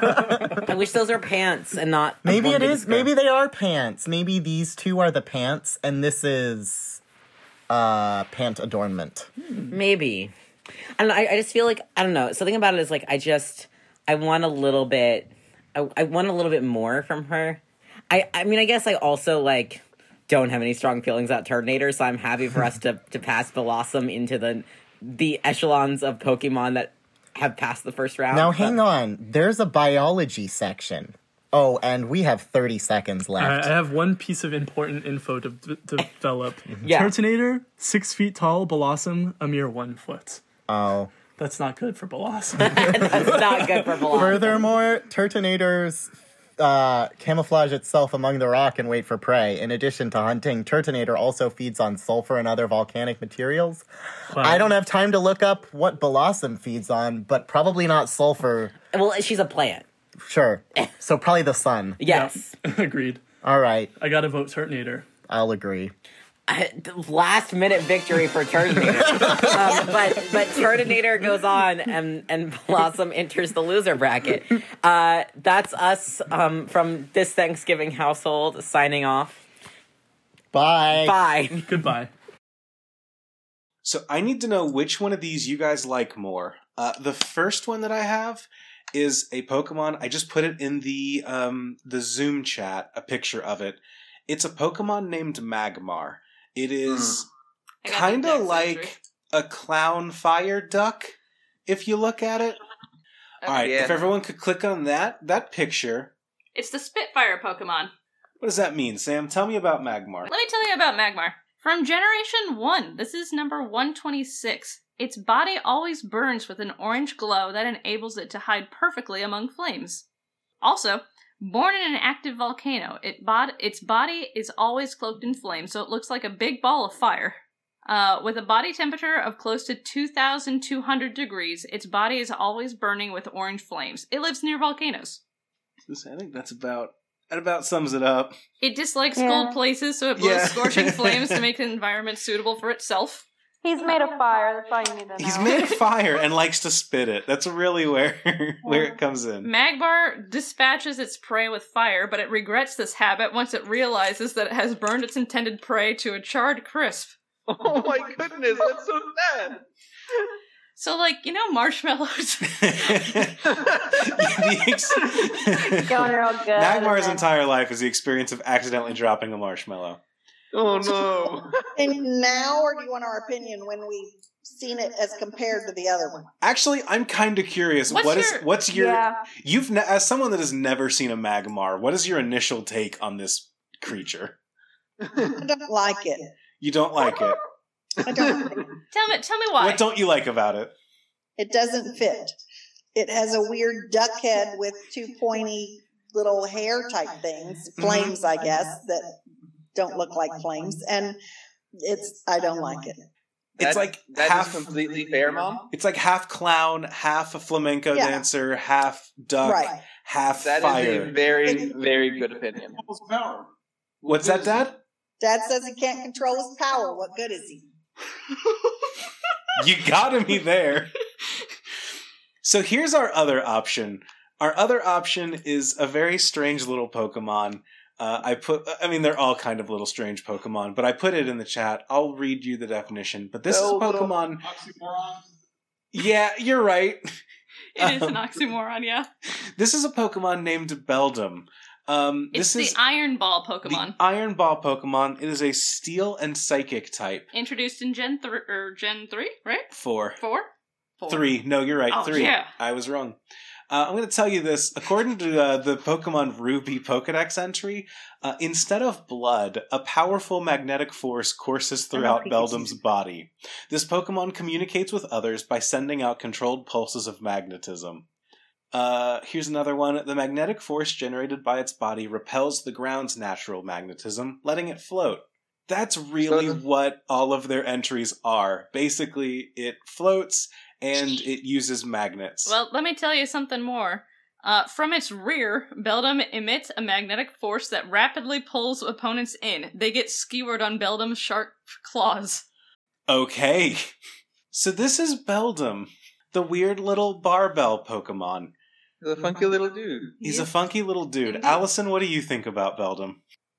Speaker 9: I wish those were pants and not. a
Speaker 10: Maybe it
Speaker 9: big
Speaker 10: is.
Speaker 9: skirt.
Speaker 10: Maybe they are pants. Maybe these two are the pants, and this is uh pant adornment.
Speaker 9: Maybe. I don't know. I, I just feel like I don't know. Something about it is like I just I want a little bit. I, I want a little bit more from her. I I mean I guess I also like don't have any strong feelings about Turtonator, so I'm happy for us to to pass Blossom into the the echelons of Pokemon that have passed the first round.
Speaker 10: Now
Speaker 9: but-
Speaker 10: hang on. There's a biology section. Oh, and we have 30 seconds
Speaker 11: All right,
Speaker 10: left.
Speaker 11: I have one piece of important info to, to develop.
Speaker 9: Yeah.
Speaker 11: Turtonator, six feet tall, Blossom, a mere one foot.
Speaker 10: oh.
Speaker 11: That's not good for Blossom.
Speaker 9: That's not good for Blossom.
Speaker 10: Furthermore, Turtonator's uh, camouflage itself among the rock and wait for prey. In addition to hunting, Turtonator also feeds on sulfur and other volcanic materials. I don't have time to look up what Blossom feeds on, but probably not sulfur.
Speaker 9: Well, she's a plant.
Speaker 10: Sure. So probably the sun.
Speaker 9: Yes.
Speaker 11: Agreed.
Speaker 10: All right,
Speaker 11: I got to vote Turtonator.
Speaker 10: I'll agree.
Speaker 9: I- the last minute victory for Turtonator. um, but but Turtonator goes on and and Blossom enters the loser bracket. Uh, that's us um, from this Thanksgiving household signing off.
Speaker 10: Bye.
Speaker 9: Bye.
Speaker 11: Goodbye.
Speaker 12: So I need to know which one of these you guys like more. Uh, the first one that I have is a Pokemon. I just put it in the um, the Zoom chat, a picture of it. It's a Pokemon named Magmar. It is
Speaker 8: I got the
Speaker 12: kind
Speaker 8: exact
Speaker 12: of
Speaker 8: same
Speaker 12: like
Speaker 8: trick.
Speaker 12: a clown fire duck, if you look at it. All right,
Speaker 6: yeah.
Speaker 12: if everyone could click on that that picture.
Speaker 8: It's the Spitfire Pokemon.
Speaker 12: What does that mean, Sam? Tell me about Magmar.
Speaker 8: Let me tell you about Magmar. From Generation 1, this is number 126. Its body always burns with an orange glow that enables it to hide perfectly among flames. Also, born in an active volcano, it bod- its body is always cloaked in flame, so it looks like a big ball of fire. Uh, with a body temperature of close to 2,200 degrees, its body is always burning with orange flames. It lives near volcanoes.
Speaker 12: I think that's about that about sums it up.
Speaker 8: It dislikes cold places, so it blows
Speaker 12: Yeah.
Speaker 8: scorching flames to make the environment suitable for itself.
Speaker 13: He's made of fire. That's all you need to know.
Speaker 12: He's made of fire and likes to spit it. That's really where where it comes in.
Speaker 8: Magbar dispatches its prey with fire, but it regrets this habit once it realizes that it has burned its intended prey to a charred crisp.
Speaker 13: Oh my goodness, that's so sad.
Speaker 8: So, like, you know, marshmallows.
Speaker 12: The ex-
Speaker 13: Going real good.
Speaker 12: Magmar's entire life is the experience of accidentally dropping a marshmallow.
Speaker 13: Oh no.
Speaker 14: And now, or do you want our opinion when we've seen it as compared to the other one?
Speaker 12: Actually, I'm kind of curious.
Speaker 8: What's
Speaker 12: what is
Speaker 8: your-
Speaker 12: what's your
Speaker 13: yeah.
Speaker 12: you've ne- as someone that has never seen a Magmar, what is your initial take on this creature?
Speaker 14: I don't like it.
Speaker 12: You don't like it.
Speaker 14: I don't. Like it.
Speaker 8: tell me, tell me why.
Speaker 12: What don't you like about it?
Speaker 14: it doesn't fit. It has a weird duck head with two pointy little hair type things,
Speaker 12: Mm-hmm.
Speaker 14: flames, I guess, that don't look like flames, and it's I don't like it.
Speaker 12: It's like
Speaker 15: that is
Speaker 12: half-
Speaker 15: completely fair, mom.
Speaker 12: It's like half clown, half a flamenco
Speaker 15: Yeah.
Speaker 12: dancer, half duck,
Speaker 15: Right.
Speaker 12: half
Speaker 15: That is
Speaker 12: fire.
Speaker 15: a very, very good opinion.
Speaker 12: What's that, Dad?
Speaker 14: Dad says he can't control his power. What good is he?
Speaker 12: You gotta be there. So here's our other option. Our other option is a very strange little Pokemon. Uh, I put, I mean, they're all kind of little strange Pokemon, but I put it in the chat. I'll read you the definition. But this is
Speaker 16: No
Speaker 12: a
Speaker 16: little
Speaker 12: Pokemon.
Speaker 16: Oxymoron.
Speaker 12: Yeah, you're right.
Speaker 16: It is an
Speaker 12: Um,
Speaker 16: oxymoron, yeah.
Speaker 12: This is a Pokemon named Beldum. Um,
Speaker 16: It's
Speaker 12: this
Speaker 16: the
Speaker 12: is
Speaker 16: Iron Ball
Speaker 12: the
Speaker 16: Pokemon.
Speaker 12: Iron Ball Pokemon. It is a Steel and Psychic type.
Speaker 16: Introduced in Gen three
Speaker 8: er,
Speaker 16: or Gen three, right?
Speaker 12: Four.
Speaker 16: Four? Four.
Speaker 12: Three. No, you're right.
Speaker 16: Oh,
Speaker 12: Three.
Speaker 16: yeah.
Speaker 12: I was wrong. Uh, I'm going to tell you this. According to uh, the Pokemon Ruby Pokedex entry, uh, instead of blood, a powerful magnetic force courses throughout Beldum's body. This Pokemon communicates with others by sending out controlled pulses of magnetism. Uh, here's another one. The magnetic force generated by its body repels the ground's natural magnetism, letting it float. That's really what all of their entries are. Basically, it floats and it uses magnets.
Speaker 16: Well, let me tell you something more. Uh, from its rear, Beldum emits a magnetic force that rapidly pulls opponents in. They get skewered on Beldum's sharp claws.
Speaker 12: Okay. So this is Beldum, the weird little barbell Pokemon.
Speaker 15: The funky little dude.
Speaker 12: He's a funky little dude. Allison, what do you think about Beldum?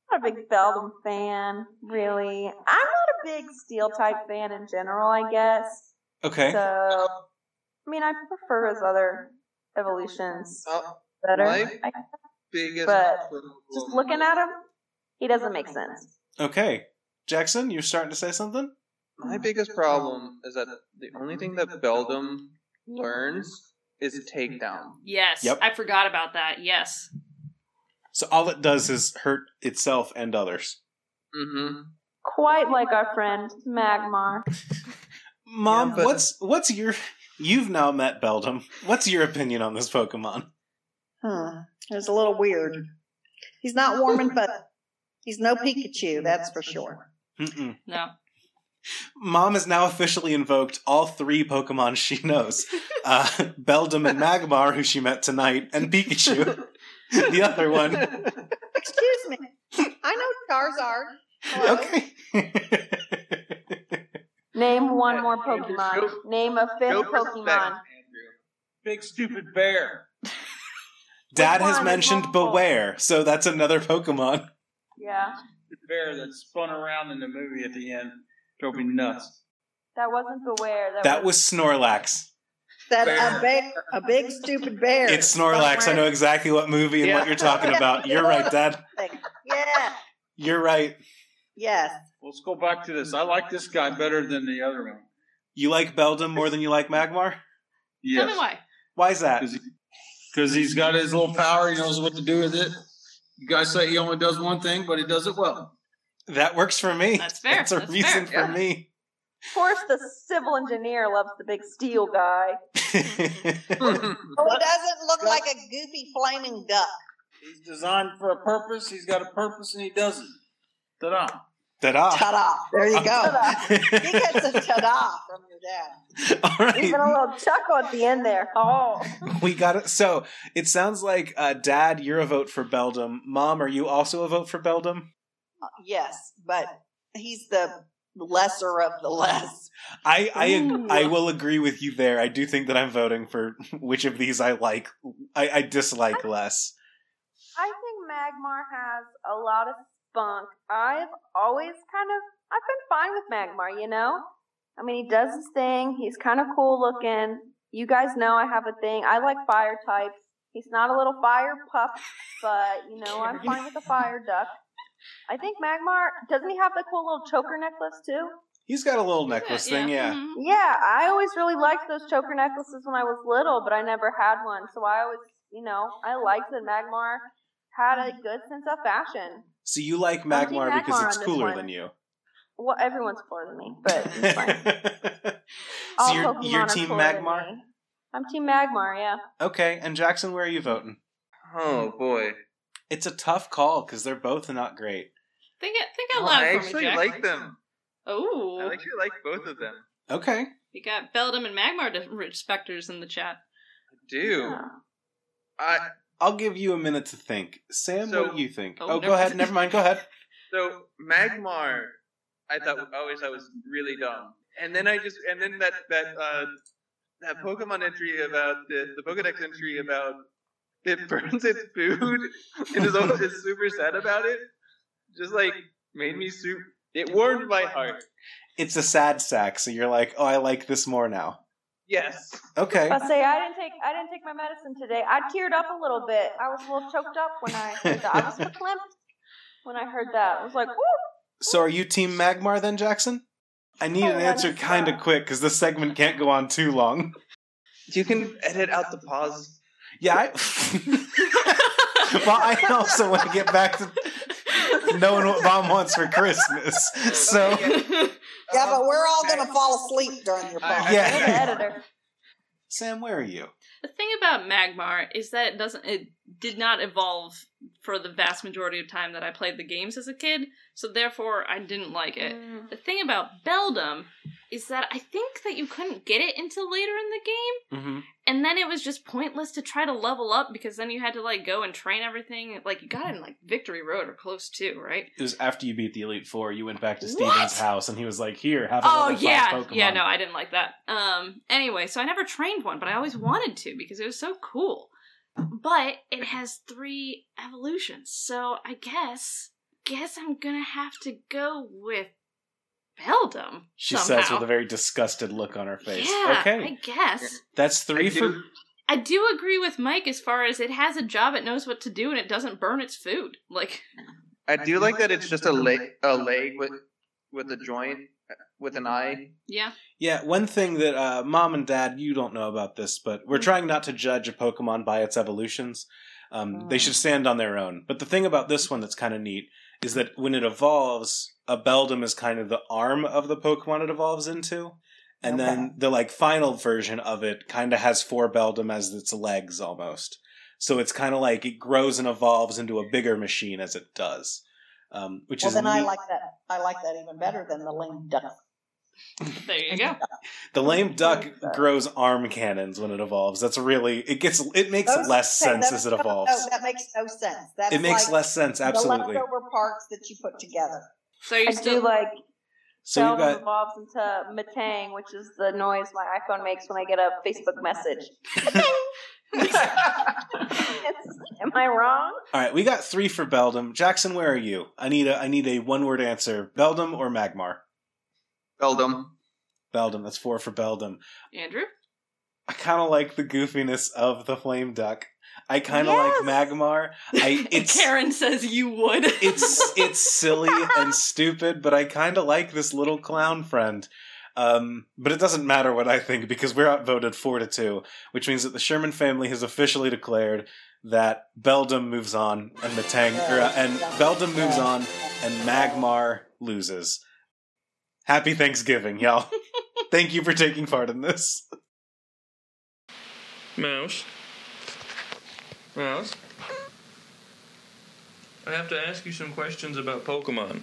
Speaker 13: I'm not a big Beldum fan, really. I'm not a big Steel type fan in general, I guess.
Speaker 12: Okay.
Speaker 13: So, I mean, I prefer his other evolutions better.
Speaker 15: my
Speaker 13: I-
Speaker 15: biggest
Speaker 13: but
Speaker 15: problem-
Speaker 13: just looking at him, he doesn't make sense.
Speaker 12: Okay. Jackson, you're starting to say something?
Speaker 15: My biggest problem is that the only thing that Beldum learns is takedown.
Speaker 16: Yes,
Speaker 12: Yep.
Speaker 16: I forgot about that. Yes.
Speaker 12: So all it does is hurt itself and others.
Speaker 15: Mm-hmm.
Speaker 13: Quite like our friend Magmar.
Speaker 12: Mom, what's what's your you've now met Beldum. What's your opinion on this Pokemon?
Speaker 14: Hmm. It was a little weird. He's not warm and fuzzy. He's no Pikachu, that's for sure.
Speaker 12: Mm-mm.
Speaker 16: No.
Speaker 12: Mom has now officially invoked all three Pokemon she knows uh, Beldum and Magmar, who she met tonight, and Pikachu, the other one.
Speaker 14: Excuse me. I know Charizard.
Speaker 12: Okay.
Speaker 13: Name one more Pokemon. Name a fifth Pokemon.
Speaker 15: Big stupid bear.
Speaker 12: Dad has mentioned Beware, so that's another Pokemon.
Speaker 13: Yeah,
Speaker 15: Bear that spun around in the movie at the end drove me nuts.
Speaker 13: that wasn't Beware. That,
Speaker 12: That was Snorlax.
Speaker 14: That a, ba- a big stupid bear.
Speaker 12: It's Snorlax. I know exactly what movie and what
Speaker 14: Yeah.
Speaker 12: you're talking about. You're right, Dad.
Speaker 14: Yeah.
Speaker 12: You're right.
Speaker 14: Yes.
Speaker 15: Let's go back to this. I like this guy better than the other one.
Speaker 12: You like Beldum more than you like Magmar?
Speaker 16: Tell me why.
Speaker 12: Why is that?
Speaker 15: Because he's got his little power. He knows what to do with it. You guys say he only does one thing, but he does it well.
Speaker 12: That works for me. That's
Speaker 16: fair.
Speaker 12: That's a reason
Speaker 13: fair. Yeah.
Speaker 12: for me.
Speaker 13: Of course, the civil engineer loves the big steel guy.
Speaker 14: Well, Oh, it doesn't look like a goofy flaming duck.
Speaker 15: He's designed for a purpose. He's got a purpose, and he does it. Ta-da.
Speaker 12: Ta-da.
Speaker 14: Ta-da. There you go. He gets a ta-da from your dad.
Speaker 13: Even a little chuckle at the end there. Oh,
Speaker 12: We got it. So it sounds like, uh, Dad, you're a vote for Beldum. Mom, are you also a vote for Beldum?
Speaker 13: Oh.
Speaker 14: Yes, but he's the lesser of the less.
Speaker 12: I I,
Speaker 14: Ooh.
Speaker 12: ag- I will agree with you there. I do think that I'm voting for which of these I like. I, I dislike less.
Speaker 13: I think Magmar has a lot of spunk. I've always kind of I've been fine with Magmar, you know? I mean he does his thing, he's kinda cool looking. You guys know I have a thing. I like fire types. He's not a little fire pup, but you know, I'm fine with the fire duck. I think Magmar doesn't he have the cool little choker necklace too?
Speaker 12: He's got a little necklace thing,
Speaker 13: Yeah,
Speaker 12: yeah.
Speaker 13: Mm-hmm. I always really liked those choker necklaces when I was little, but I never had one. So I always, you know, I liked that Magmar had a good sense of fashion.
Speaker 12: So you like
Speaker 13: I'm team
Speaker 12: Magmar because
Speaker 13: Magmar
Speaker 12: it's
Speaker 13: on this
Speaker 12: cooler
Speaker 13: one.
Speaker 12: than you.
Speaker 13: Well, everyone's cooler than me, but it's fine.
Speaker 12: So
Speaker 13: All
Speaker 12: you're,
Speaker 13: Pokemon
Speaker 12: you're
Speaker 13: are
Speaker 12: team
Speaker 13: cooler than
Speaker 12: Magmar?
Speaker 13: me. I'm team Magmar, yeah.
Speaker 12: Okay, and Jackson, where are you voting?
Speaker 15: Oh boy,
Speaker 12: it's a tough call because they're both not great.
Speaker 16: Think it. Think out
Speaker 15: Oh,
Speaker 16: loud
Speaker 15: I
Speaker 16: for me,
Speaker 15: actually
Speaker 16: Jack.
Speaker 15: like them.
Speaker 16: Oh,
Speaker 17: I actually like both of them.
Speaker 12: Okay.
Speaker 16: we got Beldum and Magmar de- respecters in the chat.
Speaker 17: Do
Speaker 12: I I'll give you a minute to think. Sam,
Speaker 17: So-
Speaker 12: what do you think?
Speaker 17: Oh,
Speaker 12: Oh, go
Speaker 17: never-
Speaker 12: ahead. Never mind. Go ahead.
Speaker 17: so Magmar, I thought always I was really dumb, and then I just and then that that uh, that Pokemon entry about the the Pokedex entry about it burns its food and is always is super sad about it, just like made me super. It warmed my heart.
Speaker 12: It's a sad sack, so you're like, oh, I like this more now.
Speaker 17: Yes.
Speaker 12: Okay.
Speaker 13: I say I didn't take I didn't take my medicine today. I teared up a little bit. I was a little choked up when I heard that. I was verklempt when I heard that. I was like, "Woo!"
Speaker 12: So are you Team Magmar then, Jackson? I need an answer kind of quick because this segment can't go on too long.
Speaker 17: You can edit out the pause.
Speaker 12: Yeah. I... well, I also want to get back to knowing what mom wants for Christmas. So
Speaker 14: Yeah, but we're all going to fall asleep during your podcast.
Speaker 12: yeah. Sam, where are you?
Speaker 16: The thing about Magmar is that it doesn't it did not evolve for the vast majority of time that I played the games as a kid, so therefore I didn't like it. The thing about Beldum is that I think that you couldn't get it until later in the game,
Speaker 12: Mm-hmm.
Speaker 16: and then it was just pointless to try to level up because then you had to like go and train everything. Like you got it in like Victory Road or close to, right?
Speaker 12: It was after you beat the Elite Four, you went back to Steven's
Speaker 16: What?
Speaker 12: house, and he was like, "Here, have
Speaker 16: Oh
Speaker 12: another five
Speaker 16: yeah,
Speaker 12: Pokemon."
Speaker 16: yeah. No, I didn't like that. Um. Anyway, so I never trained one, but I always wanted to because it was so cool. But it has three evolutions, so I guess guess I'm gonna have to go with Beldum.
Speaker 12: she
Speaker 16: somehow.
Speaker 12: says with a very disgusted look on her face.
Speaker 16: Yeah,
Speaker 12: okay,
Speaker 16: I guess.
Speaker 12: that's three for.
Speaker 16: I do agree with Mike as far as it has a job, it knows what to do, and it doesn't burn its food. Like
Speaker 17: I do like that it's just a leg, a leg with with a joint, uh, with an eye.
Speaker 16: yeah.
Speaker 12: Yeah, one thing that uh, mom and dad, you don't know about this, but
Speaker 14: Mm-hmm.
Speaker 12: we're trying not to judge a Pokemon by its evolutions. Um,
Speaker 14: Oh.
Speaker 12: they should stand on their own. But the thing about this one that's kind of neat is that when it evolves, a Beldum is kind of the arm of the Pokemon it evolves into. And then the like final version of it kind of has four Beldum as its legs almost. So it's kind of like it grows and evolves into a bigger machine as it does. Um, which
Speaker 14: well,
Speaker 12: is
Speaker 14: then I
Speaker 12: neat.
Speaker 14: like that. I like that even better than the lame duck.
Speaker 16: There you go.
Speaker 12: The lame duck grows arm cannons when it evolves. That's really it gets it makes
Speaker 14: Those-
Speaker 12: less
Speaker 14: Oh, that-
Speaker 12: sense as it
Speaker 14: that-
Speaker 12: evolves.
Speaker 14: No, that makes no sense. That's
Speaker 12: It makes
Speaker 14: like
Speaker 12: less sense, absolutely.
Speaker 14: The leftover parts that you put together.
Speaker 16: So
Speaker 13: I do like
Speaker 12: So you
Speaker 13: Beldum
Speaker 12: got
Speaker 13: evolves into Matang, which is the noise my iPhone makes when I get a Facebook message. It's- am I wrong?
Speaker 12: all right. We got three for Beldum. Jackson, where are you? I need a I need a one word answer. Beldum or Magmar?
Speaker 17: Beldum.
Speaker 12: Beldum. That's four for Beldum.
Speaker 16: Andrew?
Speaker 12: I kind of like the goofiness of the flame duck. I kind of like Magmar. I it's
Speaker 16: Karen says you would.
Speaker 12: it's it's silly and stupid, but I kind of like this little clown friend. Um, but it doesn't matter what I think because we're outvoted four to two, which means that the Sherman family has officially declared that Beldum moves on and Matang or, uh, and Beldum moves on and Magmar loses. Happy Thanksgiving, y'all! Thank you for taking part in this.
Speaker 18: Mouse. Mouse. I have to ask you some questions about Pokemon.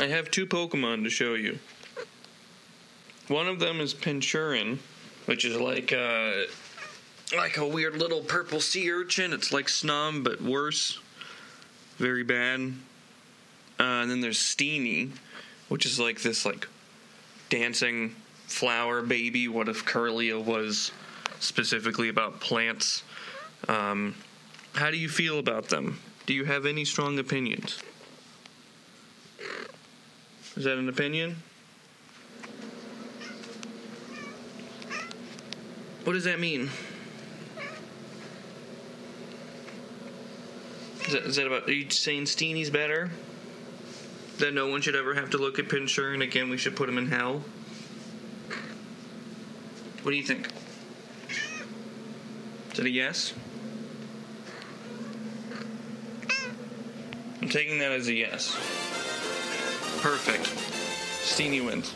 Speaker 18: I have two Pokemon to show you. One of them is Pinchurin, which is like uh, like a weird little purple sea urchin. It's like Snom but worse, very bad. Uh, and then there's Steenie, which is like this like dancing flower baby. What if Curlia was specifically about plants? Um, how do you feel about them? Do you have any strong opinions? Is that an opinion? What does that mean? Is that, is that about, are you saying Steenie's better? That no one should ever have to look at Pinscher and again we should put him in hell? What do you think? Is that a yes? I'm taking that as a yes. Perfect. Steenie wins.